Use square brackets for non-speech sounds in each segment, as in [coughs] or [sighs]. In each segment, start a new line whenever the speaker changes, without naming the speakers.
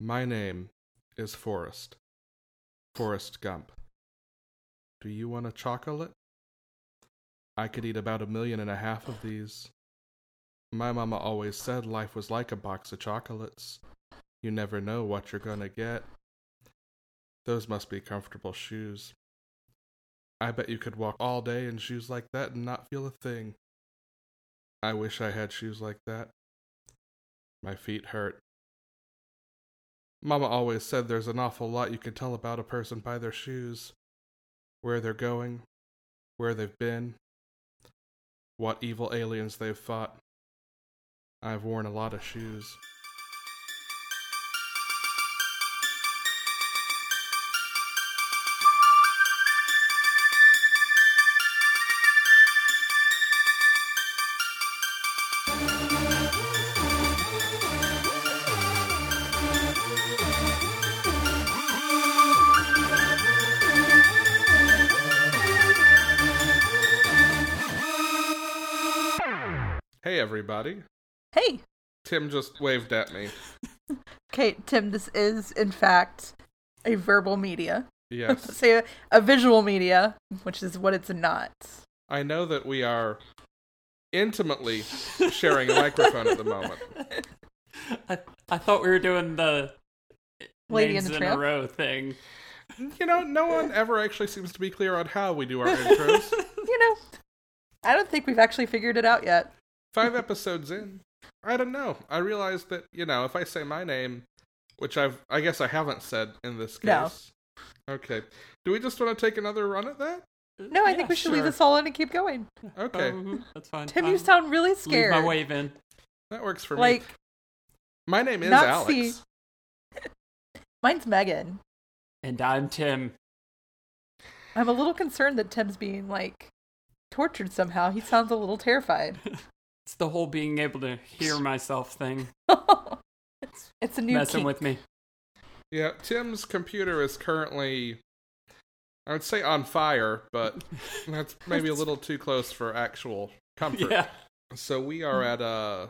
My name is Forrest. Forrest Gump. Do you want a chocolate? I could eat about a million and a half of these. My mama always said life was like a box of chocolates. You never know what you're gonna get. Those must be comfortable shoes. I bet you could walk all day in shoes like that and not feel a thing. I wish I had shoes like that. My feet hurt. Mama always said there's an awful lot you can tell about a person by their shoes where they're going, where they've been, what evil aliens they've fought. I've worn a lot of shoes. Hey, everybody.
Hey,
Tim just waved at me.
Kate, Tim, this is in fact a verbal media. [laughs]
Yes.
Say a, a visual media, which is what it's not. [laughs]
I know that we are intimately sharing a microphone at the moment.
I, I thought we were doing the
Lady
names
and the
in
Tramp?
a row thing.
You know, no one ever actually seems to be clear on how we do our intros.
You know, I don't think we've actually figured it out yet.
Five episodes in. I don't know. I realized that, you know, if I say my name, which I've I guess I haven't said in this
No.
case. Okay. Do we just want to take another run at that?
No, I think we should leave this all in and keep going.
Okay.
Um,
Um, that's fine.
Tim,
I'll
you sound really
leave
scared.
my wave in.
That works for
like
me. My name is
not
Alex.
see- mine's Megan.
And I'm Tim.
I'm a little concerned that Tim's being like tortured somehow. He sounds a little terrified. [laughs]
It's the whole being able to hear myself thing
it's a new
messing
kink.
with me.
Yeah, Tim's computer is currently I would say on fire, but
[laughs]
that's maybe a little too close for actual comfort.
[laughs] Yeah.
So we are at
Mm-hmm.
uh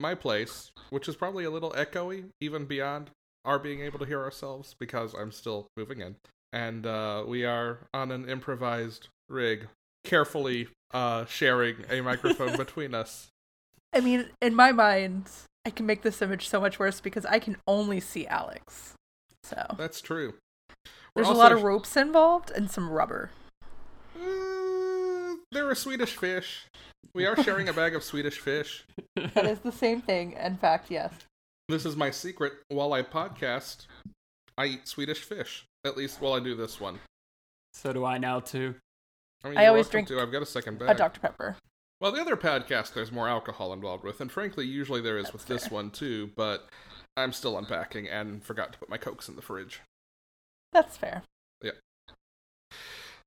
my place, which is probably a little echoey, even beyond our being able to hear ourselves because I'm still moving in. And uh we are on an improvised rig, carefully uh sharing a
[laughs]
microphone between us.
I mean, in my mind, I can make this image so much worse because I can only see Alex. So
That's true. We're
there's a
also-
lot of ropes involved and some rubber.
Uh, there are Swedish fish. We are sharing a bag of Swedish fish.
That is the same thing. In fact, yes.
This is my secret. While I podcast, I eat Swedish fish. At least while I do this one.
So do I now too. [laughs]
I, mean,
I
you're
always
welcome
drink
To. I've got a second
A
bag.
Dr. Pepper.
Well, the other podcast, there's more alcohol involved with, and frankly, usually there is with
That's
this one too. But I'm still unpacking and forgot to put my cokes in the fridge.
That's fair.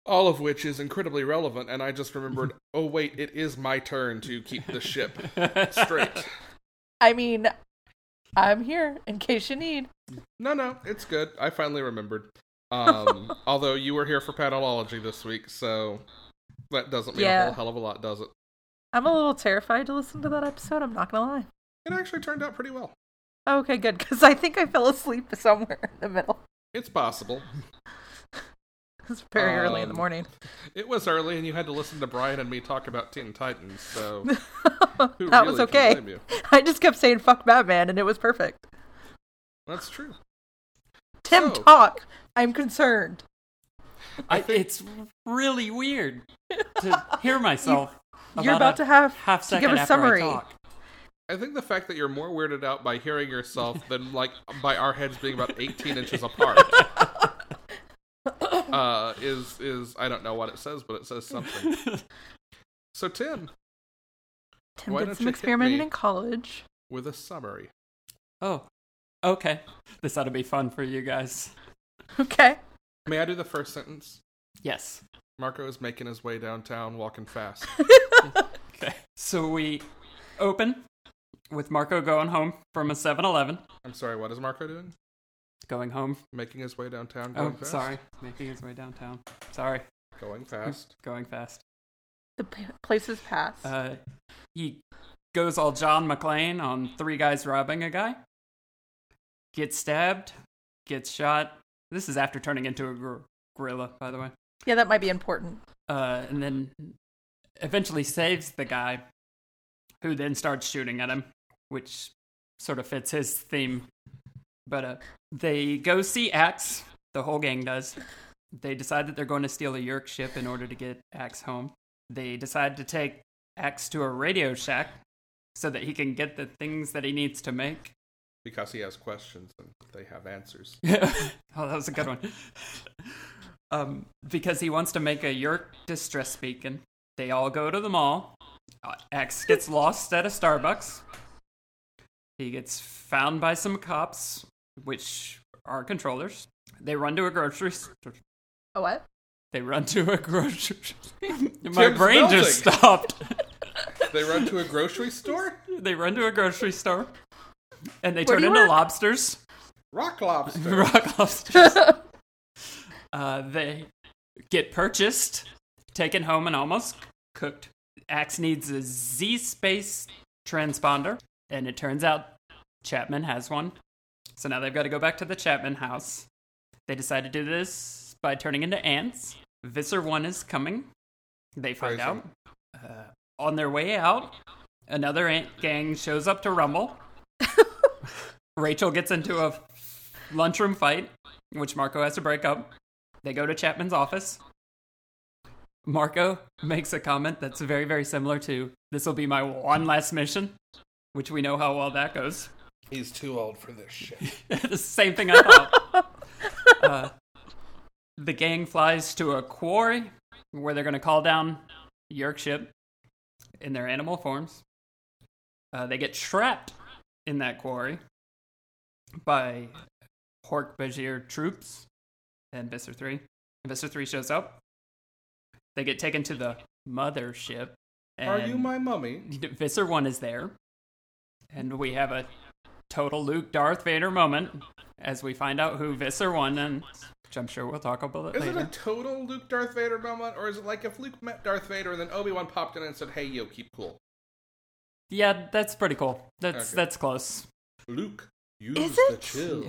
All of which is incredibly relevant, and I just
[laughs]
remembered. oh wait, it is my turn to keep the ship
[laughs]
straight.
I mean, I'm here in case you need.
No, no, it's good. I finally remembered.
[laughs]
Um, although you were here for paddleology this week, so that doesn't mean a
Yeah.
whole hell of a lot, does it?
I'm a little terrified to listen to that episode. I'm not going to lie.
It actually turned out pretty well.
Okay, good. Because I think I fell asleep [laughs] somewhere in the middle.
It's possible.
It's very early in the
Um,
morning. [laughs]
It was early, and you had to listen to Brian and me talk about Teen Titans,
[laughs]
so
that
who
was
really can
okay.
blame you?
[laughs] I just kept saying fuck Batman and it was perfect.
That's true.
Tim,
So-
talk. I'm concerned.
I, it's really weird
[laughs]
to hear myself.
You're about to have
half
to
second
give a
after I
summary.
talk.
I think the fact that you're more weirded out by hearing
[laughs]
yourself than like by our heads being about 18 inches apart uh, is is I don't know what it says, but it says
[laughs]
something. So Tim,
Tim
Why
did
don't
some
you hit
experimenting
me?
in college. [laughs]
with a summary.
Oh, okay. This ought to be fun for you guys.
Okay.
May I do the first sentence?
Yes.
Marco is making his way downtown, walking
[laughs]
fast.
Okay. So we open with Marco going home from a 7 Eleven.
I'm sorry, what is Marco doing?
Going home.
Making his way downtown,
Oh,
going fast.
sorry. Mm-hmm. Making his way downtown. Sorry.
Going fast.
Going fast.
The p- places pass.
Uh, he goes all John McClane on three guys robbing a guy. gets stabbed, gets shot. This is after turning into a gor- gorilla, by the way.
Yeah, that might be important.
Uh, and then eventually saves the guy, who then starts shooting at him, which sort of fits his theme. But uh, they go see Axe. The whole gang does. They decide that they're going to steal a York ship in order to get Axe home. They decide to take Axe to a Radio Shack so that he can get the things that he needs to make.
Because he has questions and they have answers.
[laughs] oh, that was a good one. um, because he wants to make a York distress beacon. They all go to the mall. Uh,
[laughs]
X gets lost at a Starbucks. He gets found by some cops, which are controllers. They run to a grocery store.
A what?
They run to a grocery. [laughs] My
Tim's
brain just
melting.
stopped. [laughs]
They run to a grocery store?
they run to a grocery store, and they
Where do
turn
you
into
work?
lobsters. [laughs]
Rock lobster.
rock lobsters. uh, they get purchased, taken home, and almost cooked. Axe needs a Z space transponder, and it turns out Chapman has one. So now they've got to go back to the Chapman house. They decide to do this by turning into ants. Visor 1 is coming. They find
Crazy.
out. Uh, on their way out, another ant gang shows up to rumble. Rachel gets into a lunchroom fight, which Marco has to break up. They go to Chapman's office. Marco makes a comment that's very, very similar to this will be my one last mission, which we know how well that goes.
He's too old for this shit.
[laughs] the same thing I thought. uh, the gang flies to a quarry where they're going to call down York ship in their animal forms. Uh, they get trapped in that quarry by Hork Bajir troops and Visser 3. And Visser 3 shows up. They get taken to the mothership. And
Are you my mummy?
[laughs] Visser One is there, and we have a total Luke Darth Vader moment as we find out who Visser One and which I'm sure we'll talk about it
Is it
later.
a total Luke Darth Vader moment, or is it like if Luke met Darth Vader and then Obi Wan popped in and said, "Hey, yo, keep cool,
Yeah, that's pretty cool. That's
Okay.
that's close.
Luke, use
Is
the
it?
chill."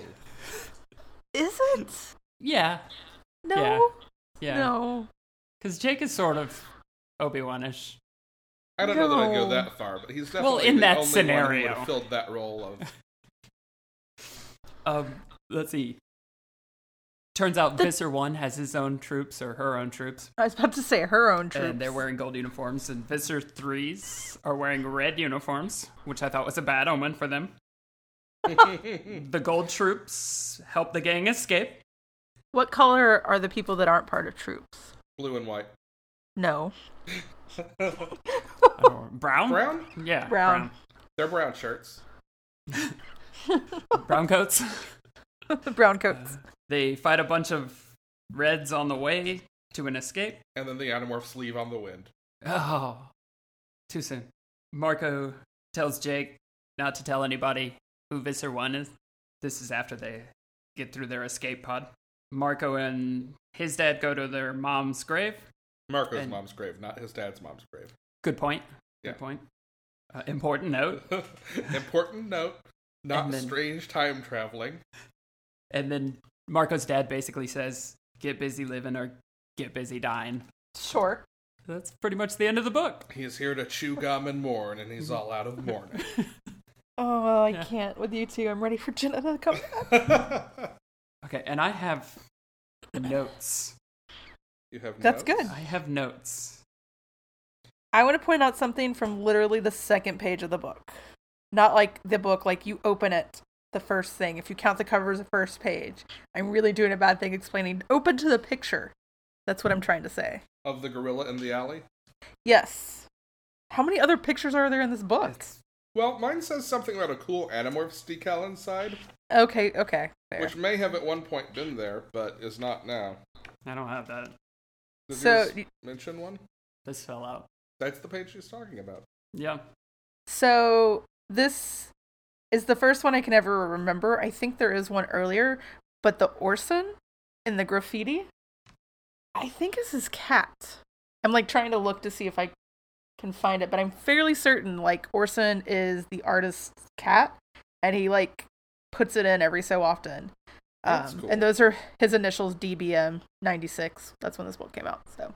[laughs] Is it?
Yeah,
No.
yeah.
No.
Because Jake is sort of Obi Wan ish.
I don't know that I'd go
No.
that far, but he's definitely
Well, in
the only
that
one who would
scenario.
have filled that role of.
[laughs] Um, let's see. Turns out
The-
Visser One has his own troops or her own troops,
I was about to say her own troops.
and they're wearing gold uniforms. And Visser Threes are wearing red uniforms, which I thought was a bad omen for [laughs] them. The gold troops help the gang escape.
What color are the people that aren't part of troops?
Blue and white.
No. [laughs]
Oh, brown?
Brown?
Yeah.
Brown.
They're brown shirts.
Brown, brown coats.
the brown coats.
they fight a bunch of reds on the way to an escape.
And then the Animorphs leave on the wind.
Oh, too soon. Marco tells Jake not to tell anybody who Visser 1 is. This is after they get through their escape pod. Marco and his dad go to their mom's grave.
Marco's
And-
mom's grave, not his dad's mom's grave. [laughs]
Good point. Good
Yeah.
point. Uh, important note.
Important note: not
And then-
strange time traveling.
And then Marco's dad basically says, get busy living or get busy dying.
Sure.
That's pretty much the end of the book.
He is here to chew gum and mourn, and
[laughs]
he's all out of mourning. [laughs]
Oh, well, I
Yeah.
can't with you two. I'm ready for Jenna to come back.
Okay, and I have notes.
you have
That's
notes?
good.
I have notes.
I want to point out something from literally the second page of the book. Not like the book, like you open it, the first thing. If you count the cover as the first page, I'm really doing a bad thing explaining open to the picture. That's what I'm trying to say.
Of the gorilla in the alley.
Yes. How many other pictures are there in this book?
It's-
Well, mine says something about a cool Animorphs decal inside,
Okay, okay. Fair.
which may have at one point been there, but is not now.
I don't have that.
Did
So-
you just mention one?
This fell out.
That's the page she's talking about.
Yeah.
So this is the first one I can ever remember. I think there is one earlier, but the Orson in the graffiti, I think is his cat. I'm like trying to look to see if I can find it, but I'm fairly certain like Orson is the artist's cat, and he like puts it in every so often.
That's
Um,
cool.
And those are his initials DBM 96. That's when this book came out. So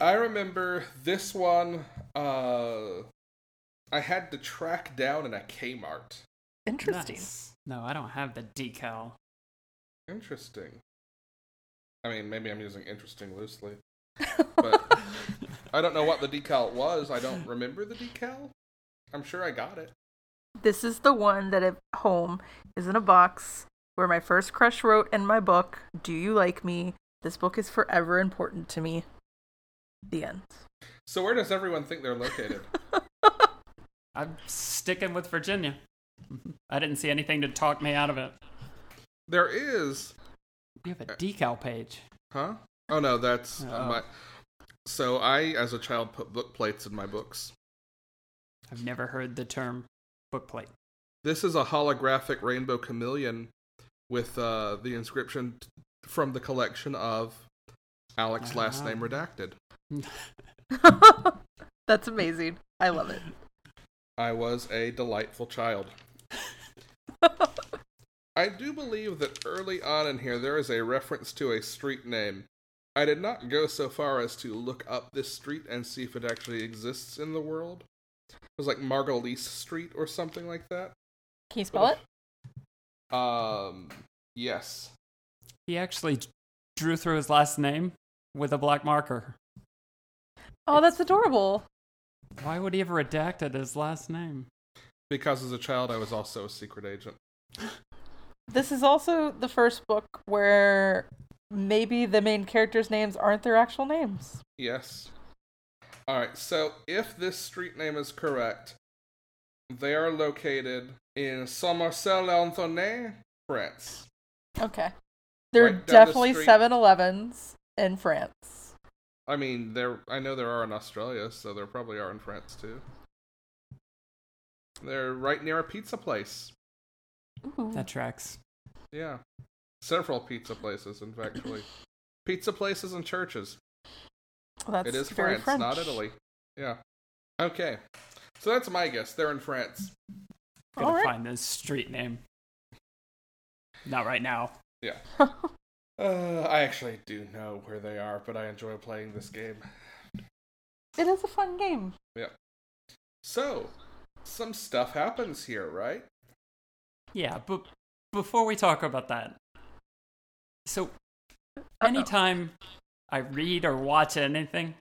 I remember this one. Uh, I had to track down in a Kmart.
interesting.
Nice. No, I don't have the decal.
Interesting. I mean, maybe I'm using interesting loosely, but I don't know what the decal was. I don't remember the decal. I'm sure I got it.
This is the one that at home is in a box where my first crush wrote in my book, Do You Like Me? This book is forever important to me. The end. [laughs]
So where does everyone think they're located?
I'm sticking with Virginia. I didn't see anything to talk me out of it.
there is,
You have a decal page.
huh? Oh no, that's uh,
Oh.
my. So I, as a child, put book plates in my books.
I've never heard the term book plate.
This is a holographic rainbow chameleon with uh, the inscription t- from the collection of Alex last
Wow.
name redacted.
That's amazing. I love it.
I was a delightful child. I do believe that early on in here there is a reference to a street name. I did not go so far as to look up this street and see if it actually exists in the world. It was like Margolise Street or something like that.
Can you spell it?
Um, yes.
He actually d- drew through his last name with a black marker.
Oh, that's adorable.
Why would he have redacted his last name?
Because as a child I was also a secret agent.
This is also the first book where maybe the main characters' names aren't their actual names.
Yes. All right. So if this street name is correct, they are located in Somerset-Anthony, France.
Okay. There are
Right down the
definitely
street.
7 Elevens in France.
I mean, there. I know there are in Australia, so there probably are in France too. They're right near a pizza place.
Ooh.
That tracks.
Yeah, several pizza places, in fact,
[clears throat]
actually. pizza places and churches.
Well, that's
it is
very
France, not Italy. Yeah. Okay. So that's my guess. They're in France.
Gotta
All right.
find this street name. Not right now.
Yeah. Uh, I actually do know where they are, but I enjoy playing this game.
It is a fun game.
So, some stuff happens here, right?
Yeah, but before we talk about that, so anytime I read or watch anything,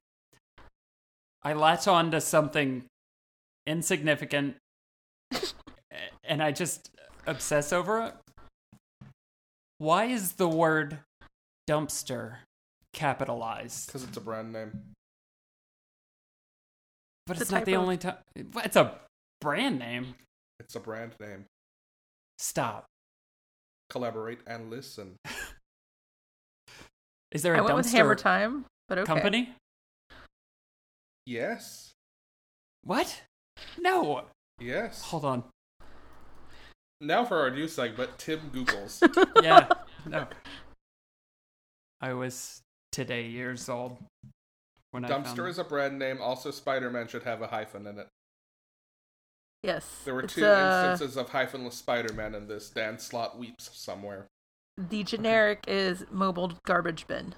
I latch on to something
[laughs]
insignificant a- and I just obsess over it. Why is the word dumpster capitalized?
Because it's a brand name.
But
The
it's not the
typo.
only time. It's a brand name.
It's a brand name.
Stop.
Collaborate and listen.
Is there a
I went with Hammer
dumpster
Time, but okay.
company?
Yes.
What? No.
Yes.
Hold
[laughs]
on.
Now for our new segment, Tim
[laughs]
Googles.
yeah. No. I was today years old when I found
Dumpster is a brand name. Also, Spider Man should have a hyphen in it.
Yes.
There were
it's,
two
uh,
instances of hyphenless Spider Man in this. Dan Slot weeps somewhere.
The generic is mobile garbage bin.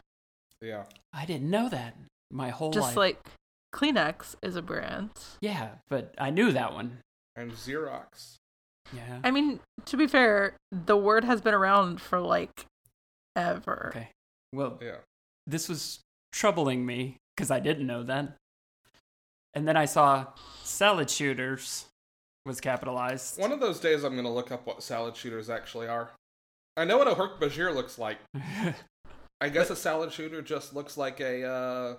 Yeah.
I didn't know that my whole
Just
life.
like Kleenex is a brand.
yeah, but I knew that one.
And Xerox.
Yeah.
I mean, to be fair, the word has been around for like ever.
Okay. Well,
Yeah.
this was troubling me because I didn't know that. And then I saw salad shooters was capitalized.
One of those days, I'm going to look up what salad shooters actually are. I know what a herc bajir looks like. I guess a salad shooter just looks like a uh,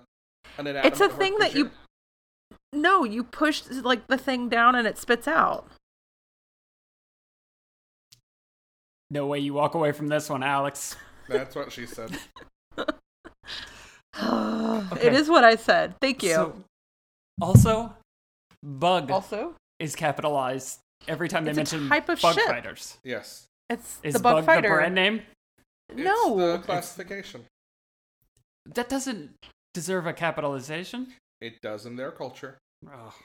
an inanimate
It's a thing that you
Herc-Bajir.
No, you push like the thing down and it spits out.
[laughs]
[sighs]
no way you walk away from this one, Alex.
That's what she said.
It
Okay.
is what I said. Thank you.
So, also, bug
also,
is capitalized every time they
It's a
mention
type of
bug
ship.
fighters.
Yes.
it's
Is
the bug, fighter.
the brand name?
It's
No.
the
It's-
classification.
That doesn't deserve a capitalization.
It does in their culture.
Oh,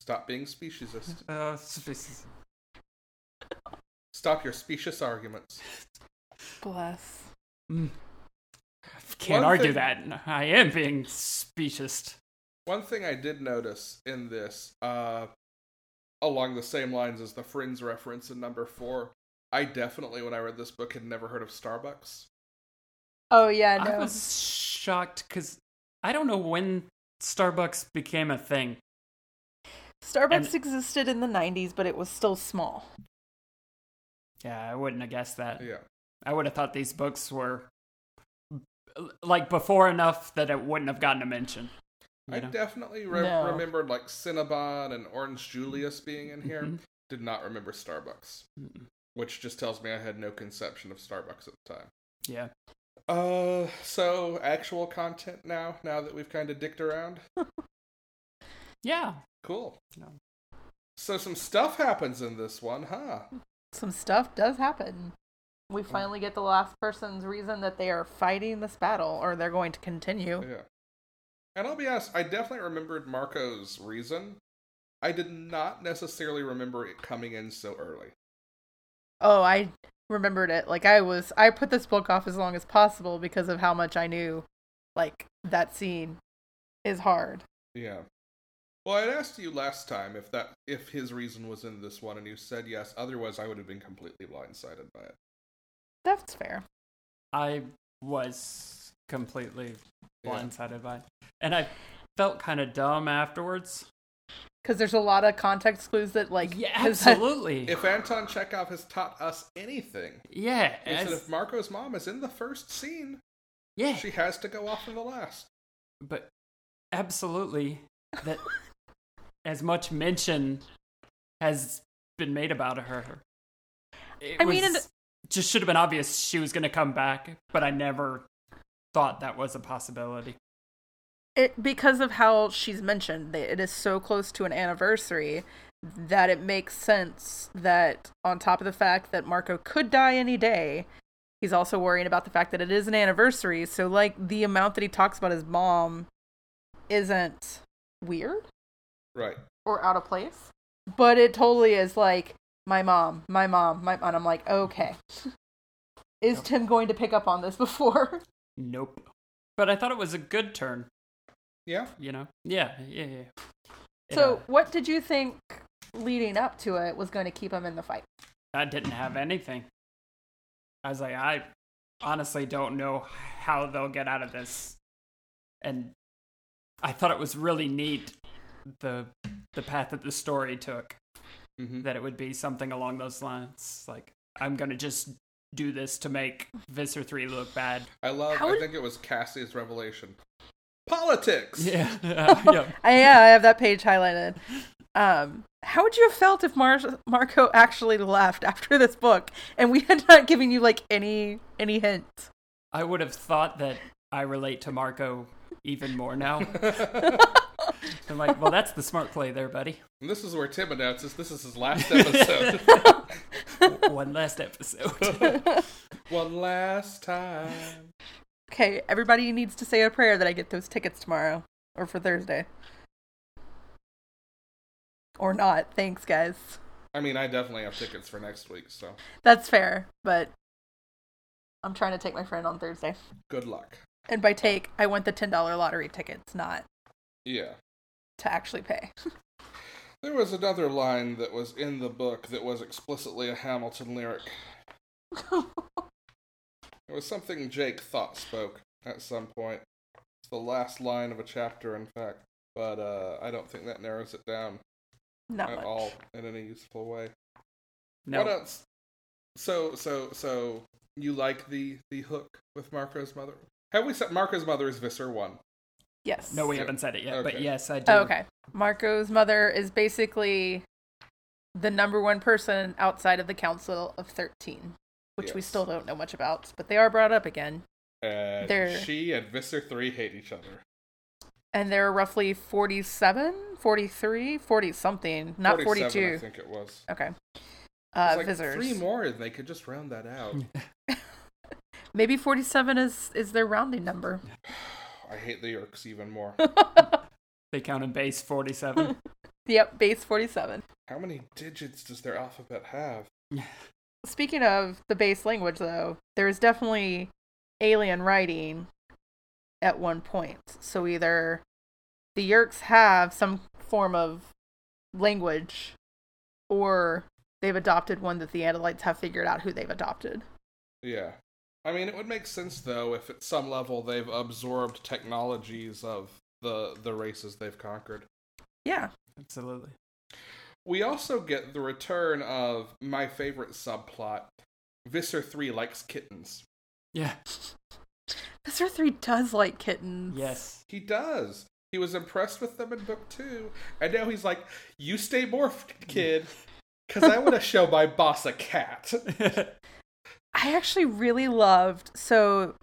Stop being speciesist.
uh, species.
Stop your specious arguments.
Bless.
Mm. Can't
One
argue
thing-
that. I am being specious.
One thing I did notice in this, uh, along the same lines as the Friends reference in number four, I definitely, when I read this book, had never heard of Starbucks.
Oh yeah, no.
I was shocked because I don't know when Starbucks became a thing.
Starbucks
and-
existed in the '90s, but it was still small.
Yeah, I wouldn't have guessed that.
Yeah.
I would have thought these books were like before enough that it wouldn't have gotten a mention. you
I
know?
definitely re-
No.
remembered like Cinnabon and Orange Julius being in here.
Mm-hmm.
Mhm.
Did not remember Starbucks,
Mm-mm.
which just tells me I had no conception of Starbucks at the time.
Yeah.
Uh, so actual content now. Now that we've kind of dicked around,
Yeah.
cool.
No.
So some stuff happens in this one, huh?
Some stuff does happen. We finally get the last person's reason that they are fighting this battle, or they're going to continue.
Yeah. And I'll be honest, I definitely remembered Marco's reason. I did not necessarily remember it coming in so early.
Oh, I remembered it. Like I was, I put this book off as long as possible because of how much I knew. Like that scene is hard.
Yeah. Well, I'd asked you last time if that if his reason was in this one, and you said yes. Otherwise, I would have been completely blindsided by it.
That's fair.
I was completely
Yeah.
blindsided by it. And I felt kind of dumb afterwards.
Because there's a lot of context clues that, like,
Yeah,
[laughs] 'cause that-
absolutely.
If Anton Chekhov has taught us anything,
yeah.
is that
as-
if Marco's mom is in the first scene,
yeah.
she has to go off of the last.
but absolutely that as much mention has been made about her it
I mean,
was-
and-
just should have been obvious she was going to come back but i never thought that was a possibility
it because of how she's mentioned that it is so close to an anniversary that it makes sense that on top of the fact that Marco could die any day, he's also worrying about the fact that it is an anniversary. So like the amount that he talks about his mom isn't weird
Right.
or out of place, but it totally is like my mom, my mom, my and I'm like, okay. Is
Yep.
Tim going to pick up on this [laughs] before?
nope but i thought it was a good turn
Yeah.
you know yeah yeah yeah It,
So,
uh,
what did you think leading up to it was going to keep him in the fight?
I didn't have anything. I was like, I honestly don't know how they'll get out of this. And I thought it was really neat the the path that the story took.
hmm
That it would be something along those lines. Like, I'm gonna just do this to make Visser three look bad.
I love.
How
I
would-
think it was Cassie's revelation. Politics.
Yeah. [laughs] yeah.
I, yeah, I have that page highlighted. Um, how would you have felt if Mar- Marco actually left after this book, and we had not given you like any any [laughs] hint?
I would have thought that I relate to Marco even more now. I'm like, well that's the smart play there, buddy.
[laughs] And this is where Tim announces this is his
[laughs]
last episode.
One last episode. [laughs]
One last time.
Okay, everybody needs to say a prayer that I get those tickets tomorrow or for Thursday, or not. Thanks, guys.
I mean, I definitely have tickets for next week, so
That's fair, but I'm trying to take my friend on Thursday.
good luck.
And by take, I want the ten dollar lottery tickets, not
Yeah.
to actually [laughs] pay.
There was another line that was in the book that was explicitly a Hamilton lyric. It was something Jake thought spoke at some point. It's the last line of a chapter, in fact, but uh, I don't think that narrows it down
Not
at
much.
all in any useful way.
No.
What else? So, so, so you like the the hook with Marco's mother? Have we said Marco's mother is Visser one?
Yes.
No, we
Yeah.
haven't said it yet, but
Okay.
yes, I do.
Oh, okay. Marco's mother is basically the number one person outside of the Council of Thirteen, which we
Yes.
still don't know much about, but they are brought up again.
And
They're-
she and Visser three hate each other.
And there are roughly 47, 43, 40 something, not
47, I
42.
think it was.
Okay.
It's
Uh,
like
visitors.
Three more, and they could just round that out.
Maybe 47 is is their rounding number.
I hate the Yerks even
[laughs]
more.
They count in base 47.
Yep, base 47.
How many digits does their alphabet have?
speaking of the base language, though, there is definitely alien writing at one point. So either the Yerks have some form of language, or they've adopted one that the Andalites have figured out who they've adopted.
Yeah. I mean, it would make sense though if at some level they've absorbed technologies of the the races they've conquered.
Yeah.
Absolutely.
We also get the return of my favorite subplot. Visser 3 likes kittens.
Yeah.
Mr. 3 does like kittens.
Yes.
[laughs] He does. He was impressed with them in book 2, and now he's like, "You stay morphed, kid, cuz I want to show my boss a cat."
I actually really loved so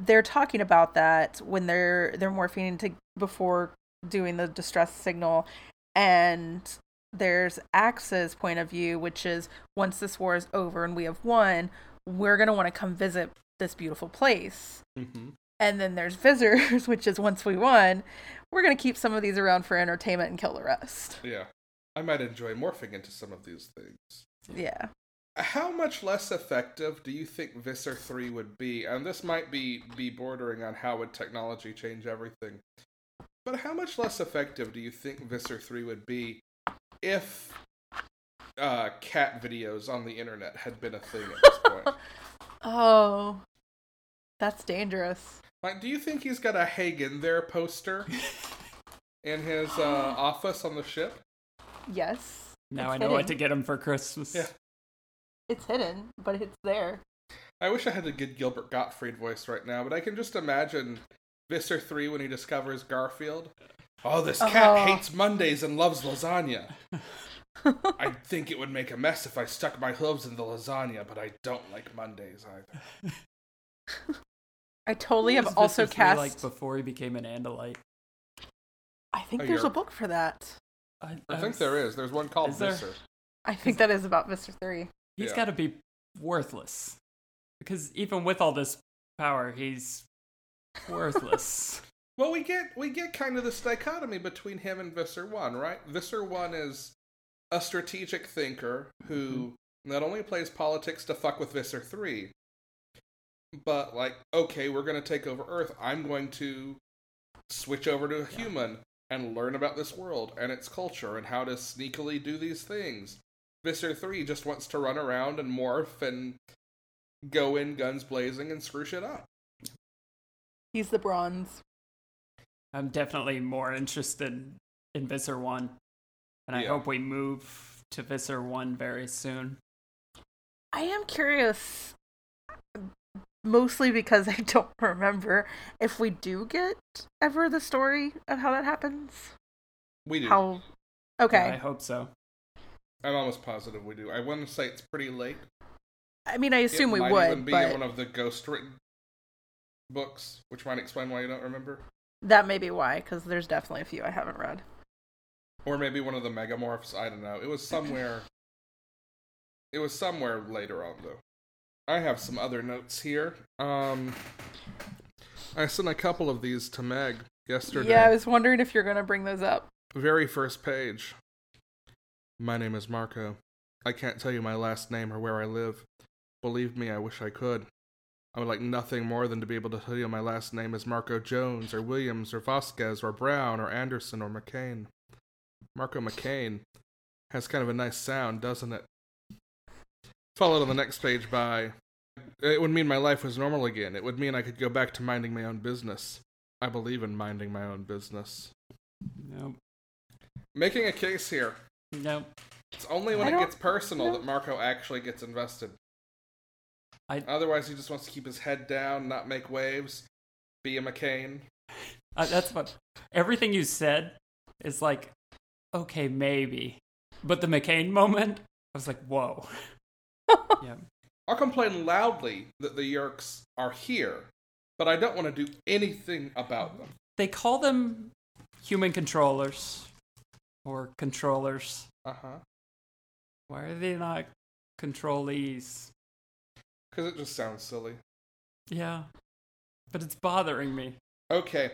they're talking about that when they're they're morphing into before doing the distress signal and there's Axe's point of view which is once this war is over and we have won we're going to want to come visit this beautiful place
Mhm.
and then there's visitors [laughs] which is once we won we're going to keep some of these around for entertainment and kill the rest
Yeah. I might enjoy morphing into some of these things.
yeah
How much less effective do you think Visser 3 would be? And this might be, be bordering on how would technology change everything. But how much less effective do you think Visser 3 would be if uh, cat videos on the internet had been a thing at this point?
oh that's dangerous
like, do you think he's got a Hagen there poster in his uh, office on the ship?
yes
now I
It's
know what
fitting.
to get him for Christmas.
Yeah.
it's hidden but it's there
I wish I had a good Gilbert Gottfried voice right now, but I can just imagine Visser 3 when he discovers Garfield. Oh, this cat
Uh-huh.
Oh.
hates Mondays and loves lasagna. I think it would make a mess if I stuck my hooves in the lasagna, but I don't like Mondays either.
I totally
What
have
was
also
Mr. Three
cast.
like before he became an Andalite.
I think
Oh,
there's a
you're-
book for that.
I,
I think there is. There's one called
Is there?
Visser.
I think that is about Mister Three.
He's
Yeah.
got to be worthless because even with all this power, he's
[laughs]
worthless.
Well, we get we get kind of this dichotomy between him and Visser One, right? Visser One is a strategic thinker who not only plays politics to fuck with Visser Three, but like, okay, we're going to take over Earth. I'm going to switch over to a human and learn about this world and its culture and how to sneakily do these things. Visser Three just wants to run around and morph and go in guns blazing and screw shit up.
He's the bronze.
I'm definitely more interested in Visser One, and I
Yeah.
hope we move to Visser One very soon.
I am curious, mostly because I don't [laughs] remember if we do get ever the story of how that happens.
We do.
How?
I
Okay.
hope so.
I'm almost positive we do. I want to say it's pretty late.
I mean, I assume
it
we
might
would,
even be in
but
one of the ghostwritten books, which might explain why you don't remember,
that may be why, because there's definitely a few I haven't read.
or maybe one of the megamorphs. I don't know. It was somewhere. it was somewhere later on, though. I have some other notes here. Um, I sent a couple of these to Meg yesterday.
Yeah, I was wondering if you're gonna bring those up.
Very first page. My name is Marco. I can't tell you my last name or where I live. Believe me, I wish I could. I would like nothing more than to be able to tell you my last name is Marco Jones or Williams or Vasquez or Brown or Anderson or McCain. Marco McCain has kind of a nice sound, doesn't it? Followed on the next page by It would mean my life was normal again. It would mean I could go back to minding my own business. I believe in minding my own business.
Nope.
Making a case here.
Nope.
It's only
I
when it
don't-
gets personal
no.
that Marco actually gets invested.
I-
Otherwise, he just wants to keep his head down, not make waves, be a McCain.
Uh, that's what everything you said is like. Okay, maybe, but the McCain moment, I was like, whoa. yeah.
I'll complain loudly that the Yerks are here, but I don't want to do anything about them.
they call them human controllers or controllers.
Uh huh.
Why are they not controllees?
Because it just sounds silly.
Yeah. But it's bothering me.
Okay.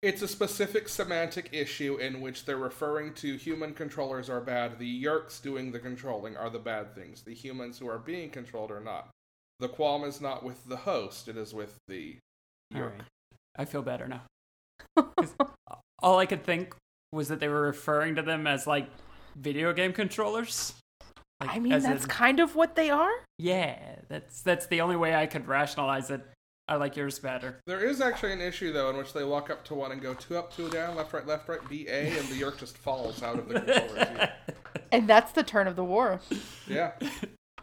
It's a specific semantic issue in which they're referring to human controllers are bad. The Yerks doing the controlling are the bad things. The humans who are being controlled are not. The qualm is not with the host, it is with the
All
Yerk.
right. I feel better now. 'Cause [laughs] all I could think was that they were referring to them as like video game controllers. Like,
I mean,
as
that's
in-
kind of what they are.
yeah. That's that's the only way I could rationalize it. I like yours better.
There is actually an issue though in which they walk up to one and go two up, two down, left, right, left, right, B A, and the Yerk just falls out of the controller's ear.
And that's the turn of the war.
Yeah.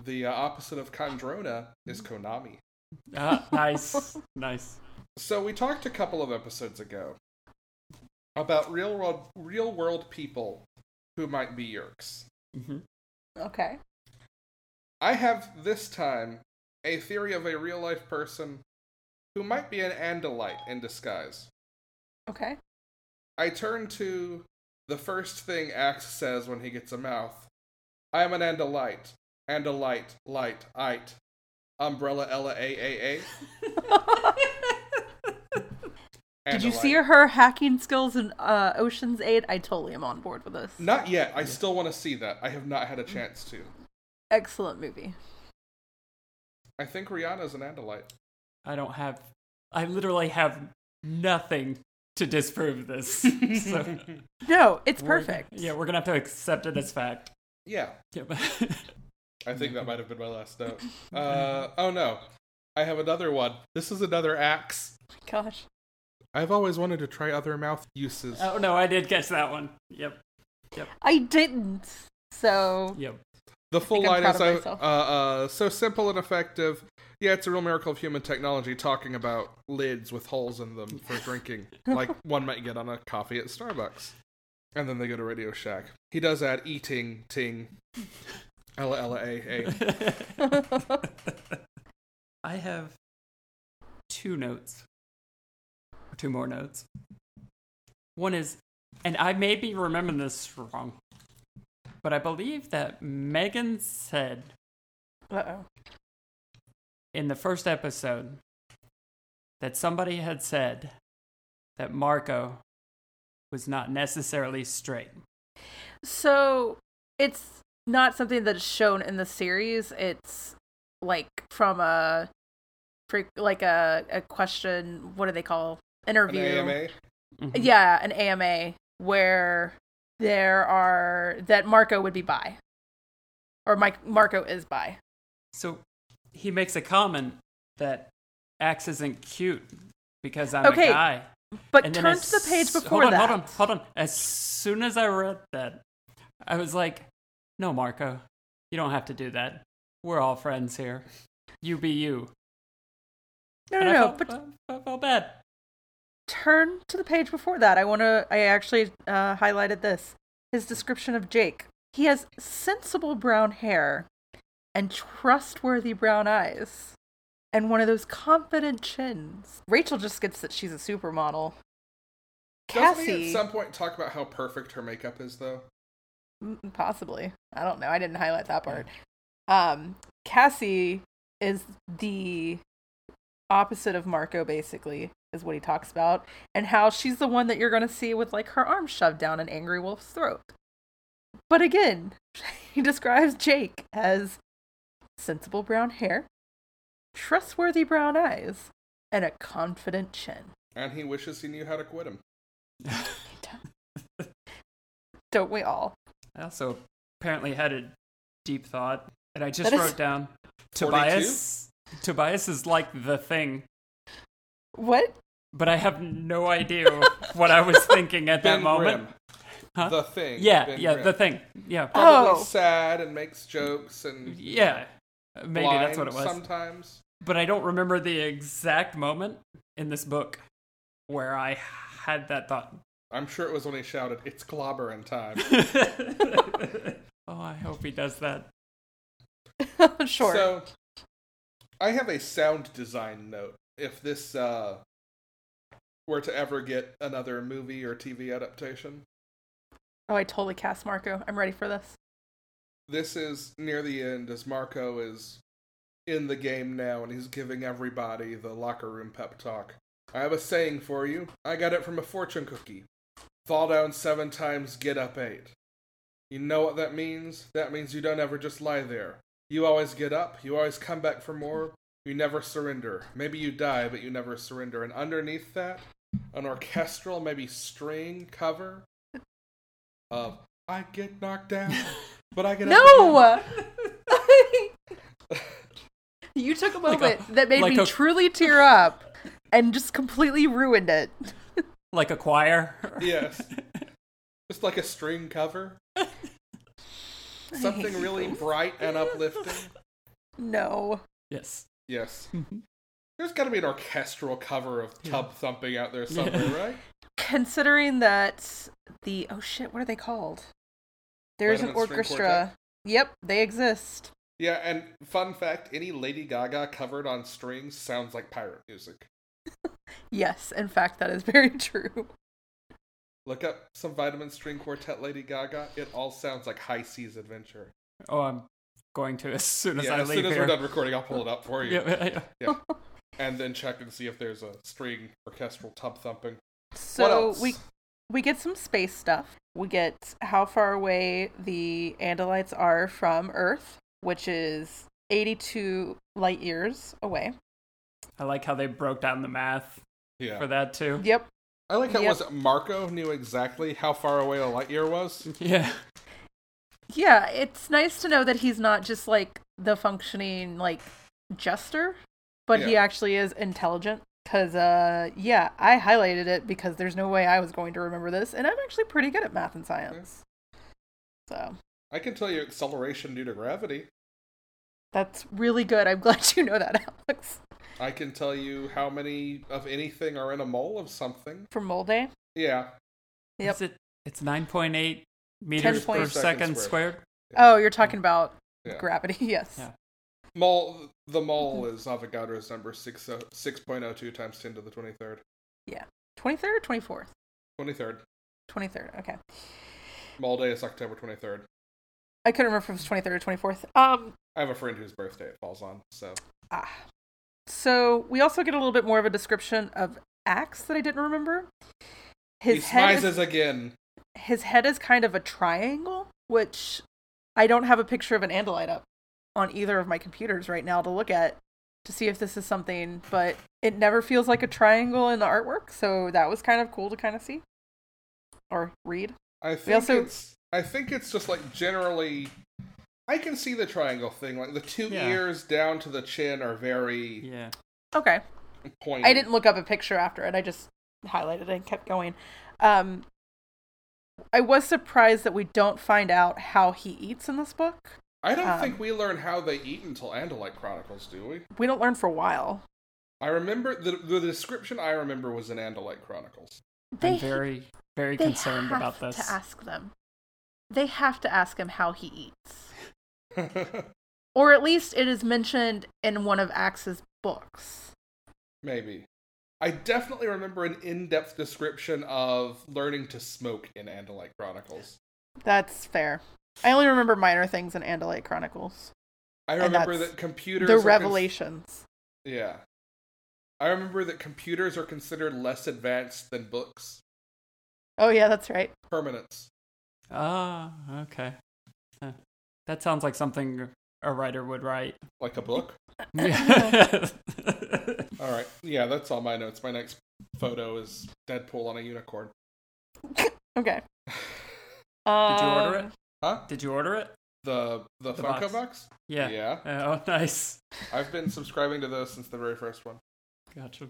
The uh, opposite of Chondrona is Konami.
[laughs] Ah, nice, nice.
So we talked a couple of episodes ago about real world real world people who might be Yerks.
hmm
Okay.
I have this time a theory of a real life person who might be an Andalite in disguise.
[laughs] Okay.
I turn to the first thing Axe says when he gets a mouth. I am an Andalite. Andalite, light, ite. Umbrella, Ella, A, A, A.
[laughs] Did you
Andalite.
see her hacking skills in uh, Ocean's Eight? I totally am on board with this.
Not yet. I still want to see that. I have not had a chance to.
Excellent movie.
I think Rihanna's an Andalite.
I don't have. I literally have nothing to disprove this. So
No, it's
we're-
perfect.
Yeah, we're gonna have to accept it as fact.
Yeah,
Yeah, but
I think
Mm-hmm.
that might have been my last
[laughs]
note. Uh, oh no. I have another one. This is another Axe.
Gosh.
I've always wanted to try other mouth uses.
[laughs] oh no, I did catch that one. Yep,
I didn't.
[laughs]
So
yep.
the full
think I'm
line
proud
is
of
uh,
myself.
uh, so simple and effective. Yeah, it's a real miracle of human technology talking about lids with holes in them for
[laughs]
drinking, like one might get on a coffee at Starbucks. And then they go to Radio Shack. He does add eating, ting, Ella, Ella, A, A.
I have two notes, or two more notes. One is, and I may be remembering this wrong, but I believe that Megan said
Uh oh.
in the first episode that somebody had said that Marco was not necessarily straight.
So it's not something that's shown in the series. It's like from a freak like a, a question what do they call
An
interview
AMA.
Mhm.
yeah an ama where there are that marco would be bi or mike marco is bi
So he makes a comment that Axe isn't cute because I'm
Okay,
a guy.
but
And then
turn
as-
to the page before
hold on,
that
Hold on, hold on. As soon as I read that, I was like, no, Marco, you don't have to do that. We're all friends here. You be you.
no
And
no
I
no
felt-
but
I, I felt bad.
turn to the page before that. I want to. I actually uh, highlighted this. His description of Jake. He has sensible brown hair and trustworthy brown eyes and one of those confident chins. Rachel just gets that she's a supermodel.
Doesn't he
Cassie,
at some point talk about how perfect her makeup is, though?
Mm, possibly. I don't know. I didn't highlight that part. Um, Cassie is the opposite of Marco, basically, is what he talks about, and how she's the one that you're going to see with like her arm shoved down an angry wolf's throat. But again, [laughs] he describes Jake as sensible brown hair, trustworthy brown eyes, and a confident chin.
And he wishes he knew how to quit him.
Don't we all?
I also apparently had a deep thought, and I just
That is-
wrote down Tobias. Tobias is like the thing,
What? [laughs]
but I have no idea what I was thinking at that
Ben
moment.
Grimm.
Huh?
The thing.
Yeah,
Ben
yeah,
Grimm.
the thing. Yeah,
Probably
Oh.
sad and makes jokes and
yeah. Maybe that's what it was.
blind Sometimes.
But I don't remember the exact moment in this book where I had that
[laughs]
thought.
I'm sure it was when he shouted, "It's clobbering time."
oh, I hope he does that.
sure.
So, I have a sound design note. If this uh, were to ever get another movie or TV adaptation,
oh, I totally cast Marco. I'm ready for this.
this is near the end as Marco is in the game now and he's giving everybody the locker room pep talk. I have a saying for you. I got it from a fortune cookie. Fall down seven times, get up eight. You know what that means? That means you don't ever just lie there. You always get up, you always come back for more, you never surrender. Maybe you die, but you never surrender. And underneath that, an orchestral, maybe string cover of I get knocked down, but I get up.
[laughs] No! [laughs] you took a
Like a-
moment that made
like
me
a-
truly tear up and just completely ruined it.
like a choir.
again.
[laughs]
Yes. Just like a string cover.
[laughs]
Something really bright and uplifting.
No.
yes. [laughs]
Yes. There's got to be an orchestral cover of Tub Thumping out there somewhere, right?
Considering that the oh shit, what are they called? There's an
Letterman String
orchestra.
Quartet?
Yep, they exist.
Yeah, and fun fact any Lady Gaga covered on strings sounds like pirate music.
Yes, in fact, that is [laughs] very true.
Look up some Vitamin String Quartet Lady Gaga. It all sounds like High Seas Adventure.
Oh, I'm going to as soon as
yeah,
I
as
leave
soon as
here.
we're done recording, I'll pull it up for you.
[laughs] Yeah, yeah, yeah.
And then check and see if there's a string orchestral tub thumping. what
So
else?
we we get some space stuff. We get how far away the Andalites are from Earth, which is 82 light years away.
I like how they broke down the math
Yeah.
for that too.
Yep.
I like how
Yep.
was it Marco knew exactly how far away a light year was.
Yeah.
Yeah, it's nice to know that he's not just like the functioning like jester, but he
Yeah.
actually is intelligent. Cause uh yeah, I highlighted it because there's no way I was going to remember this, and I'm actually pretty good at math and science.
Mm-hmm.
So
I can tell you acceleration due to gravity.
that's really good. I'm [laughs] glad you know that, Alex.
I can tell you how many of anything are in a mole of something.
From Molday.
Yeah.
Yep.
Is it, it's 9.8 meters per
point-
second
Second
squared.
Oh, you're talking about
Mm-hmm. Yeah.
gravity, [laughs] yes.
Yeah.
Mole the mole
Mm-hmm.
is Avogadro's number six six point oh two times ten to the twenty third.
23rd or 24th?
Twenty third.
23rd, okay.
Mole day is October twenty third.
I couldn't remember if it was 23rd or 24th. Um,
I have a friend whose birthday it falls on, so
Ah. So we also get a little bit more of a description of Axe that I didn't remember. His
he
head
smizes
is,
again.
his head is kind of a triangle, which I don't have a picture of an Andalite up on either of my computers right now to look at to see if this is something, but it never feels like a triangle in the artwork, so that was kind of cool to kind of see or read.
I think
also-
it's I think it's just like generally I can see the triangle thing. Like the two
Yeah.
ears down to the chin are very
Yeah.
Okay.
pointy.
I didn't look up a picture after it. I just highlighted it and kept going. Um, I was surprised that we don't find out how he eats in this book.
I don't
um,
think we learn how they eat until Andalite Chronicles, do we?
We don't learn for a while.
I remember the the description I remember was in Andalite Chronicles. [laughs]
I'm very, very concerned about this.
to ask them. They have to ask him how he eats, or at least it is mentioned in one of Axe's books.
Maybe. I definitely remember an in-depth description of learning to smoke in Andalite Chronicles.
That's fair. I only remember minor things in Andalite Chronicles.
I
And
remember
that's
that computers
The
are cons-
revelations.
yeah. I remember that computers are considered less advanced than books.
Oh yeah, that's right.
Permanence.
Ah, okay. Huh. That sounds like something a writer would write. [laughs]
Like a book?
Yeah.
All right. Yeah, that's all my notes. My next photo is Deadpool on a unicorn.
[sighs]
Okay.
Did you order it?
Huh?
Did you order it?
The the,
The
Funko
box.
box?
Yeah.
yeah.
Oh, nice.
I've been subscribing to those since the very first one.
Gotcha.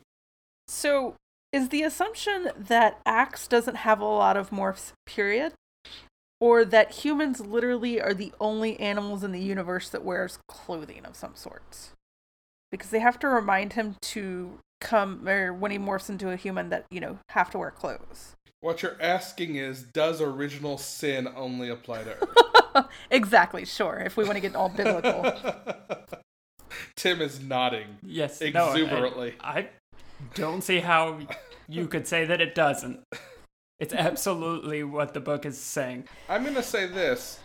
So, is the assumption that Axe doesn't have a lot of morphs, period? Or that humans literally are the only animals in the universe that wears clothing of some sort? Because they have to remind him to come, or when he morphs into a human, that, you know, have to wear clothes. [laughs]
What you're asking is, does original sin only apply to Earth?
exactly, sure, if we want to get
[laughs]
all biblical.
Tim is nodding.
Yes.
Exuberantly.
No, I, I don't see how you could say that it doesn't. It's absolutely what the book is saying.
I'm gonna say this.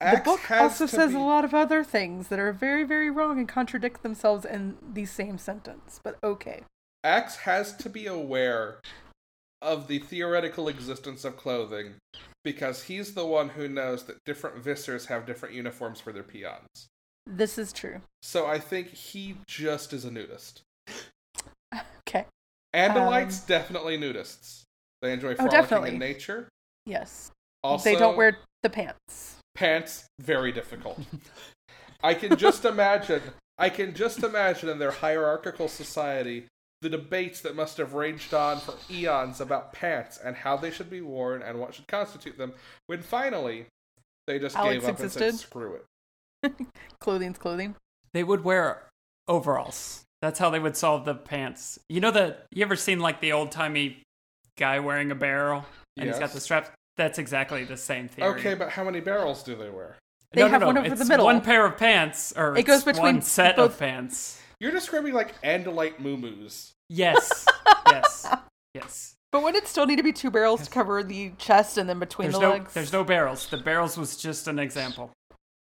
The
Axe
book
has
also
to
says
be-
a lot of other things that are very, very wrong and contradict themselves in the same sentence, but okay.
Axe has to be aware of the theoretical existence of clothing because he's the one who knows that different viscers have different uniforms for their peons.
This is true.
So I think he just is a nudist.
Okay.
Andalites definitely nudists. They enjoy frolicking
Um, Oh, definitely.
in nature.
Yes.
Also,
they don't wear the pants.
pants. Very
[laughs]
difficult. I can just imagine. I can just imagine in their hierarchical society the debates that must have raged on for eons about pants and how they should be worn and what should constitute them. When finally, they just
Alex
gave up and
existed?
said, "Screw it."
Clothing's clothing.
They would wear overalls. That's how they would solve the pants. You know the you ever seen like the old timey guy wearing a barrel and he's got
Yes.
the straps? That's exactly the same theory.
Okay, but how many barrels do they wear?
They
no, no,
have
no,
one over
it's
the middle.
One pair of pants, or
It
it's
goes between
one set
both-
of pants.
You're describing like Andalite muumuus.
[laughs]
Yes, yes, yes.
But would it still need to be two barrels to cover the chest and then between
There's
the
no,
legs?
there's no barrels. The barrels was just an example.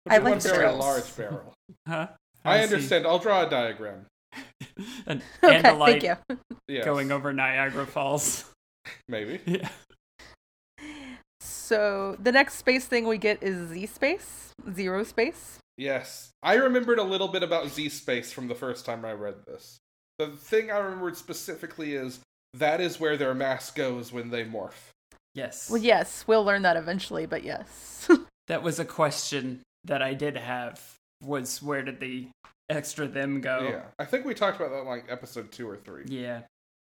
I
One
like the
very
barrels.
large
[laughs]
barrel.
Huh?
I,
see.
understand. I'll draw a diagram.
[laughs] An
[laughs] [laughs] Okay,
Andalite
thank you.
Yes,
going over Niagara Falls. [laughs]
Maybe.
yeah.
So the next space thing we get is Z space, zero space.
Yes. I remembered a little bit about Z space from the first time I read this. The thing I remembered specifically is that is where their mass goes when they morph.
Yes.
Well, yes, we'll learn that eventually, but yes. [laughs]
That was a question that I did have. Was where did the extra them go?
Yeah. I think we talked about that in like episode two or three.
Yeah.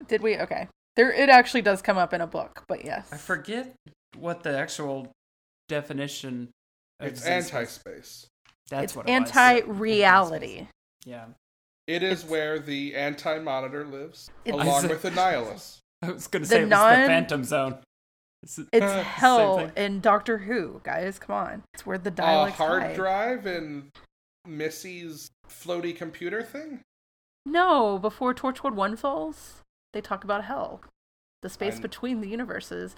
Did we? Okay. There, it actually does come up in a book, but yes.
I forget what the actual definition. Of
It's
Zeus was.
anti space.
That's
it's
what it was. [laughs]
anti-reality.
Yeah.
It is where the anti monitor lives,
It's-
along
Is it-
with the nihilus.
[laughs] I was going to
The
say it was
non-
the Phantom Zone. Is it-
It's
Same
hell
thing.
in Doctor Who, guys. Come on, it's where [laughs] the
A
dialects
hard
hide.
drive and Missy's floaty computer thing?
No, before Torchwood One falls, they talk about hell, the space
I'm-
between the universes.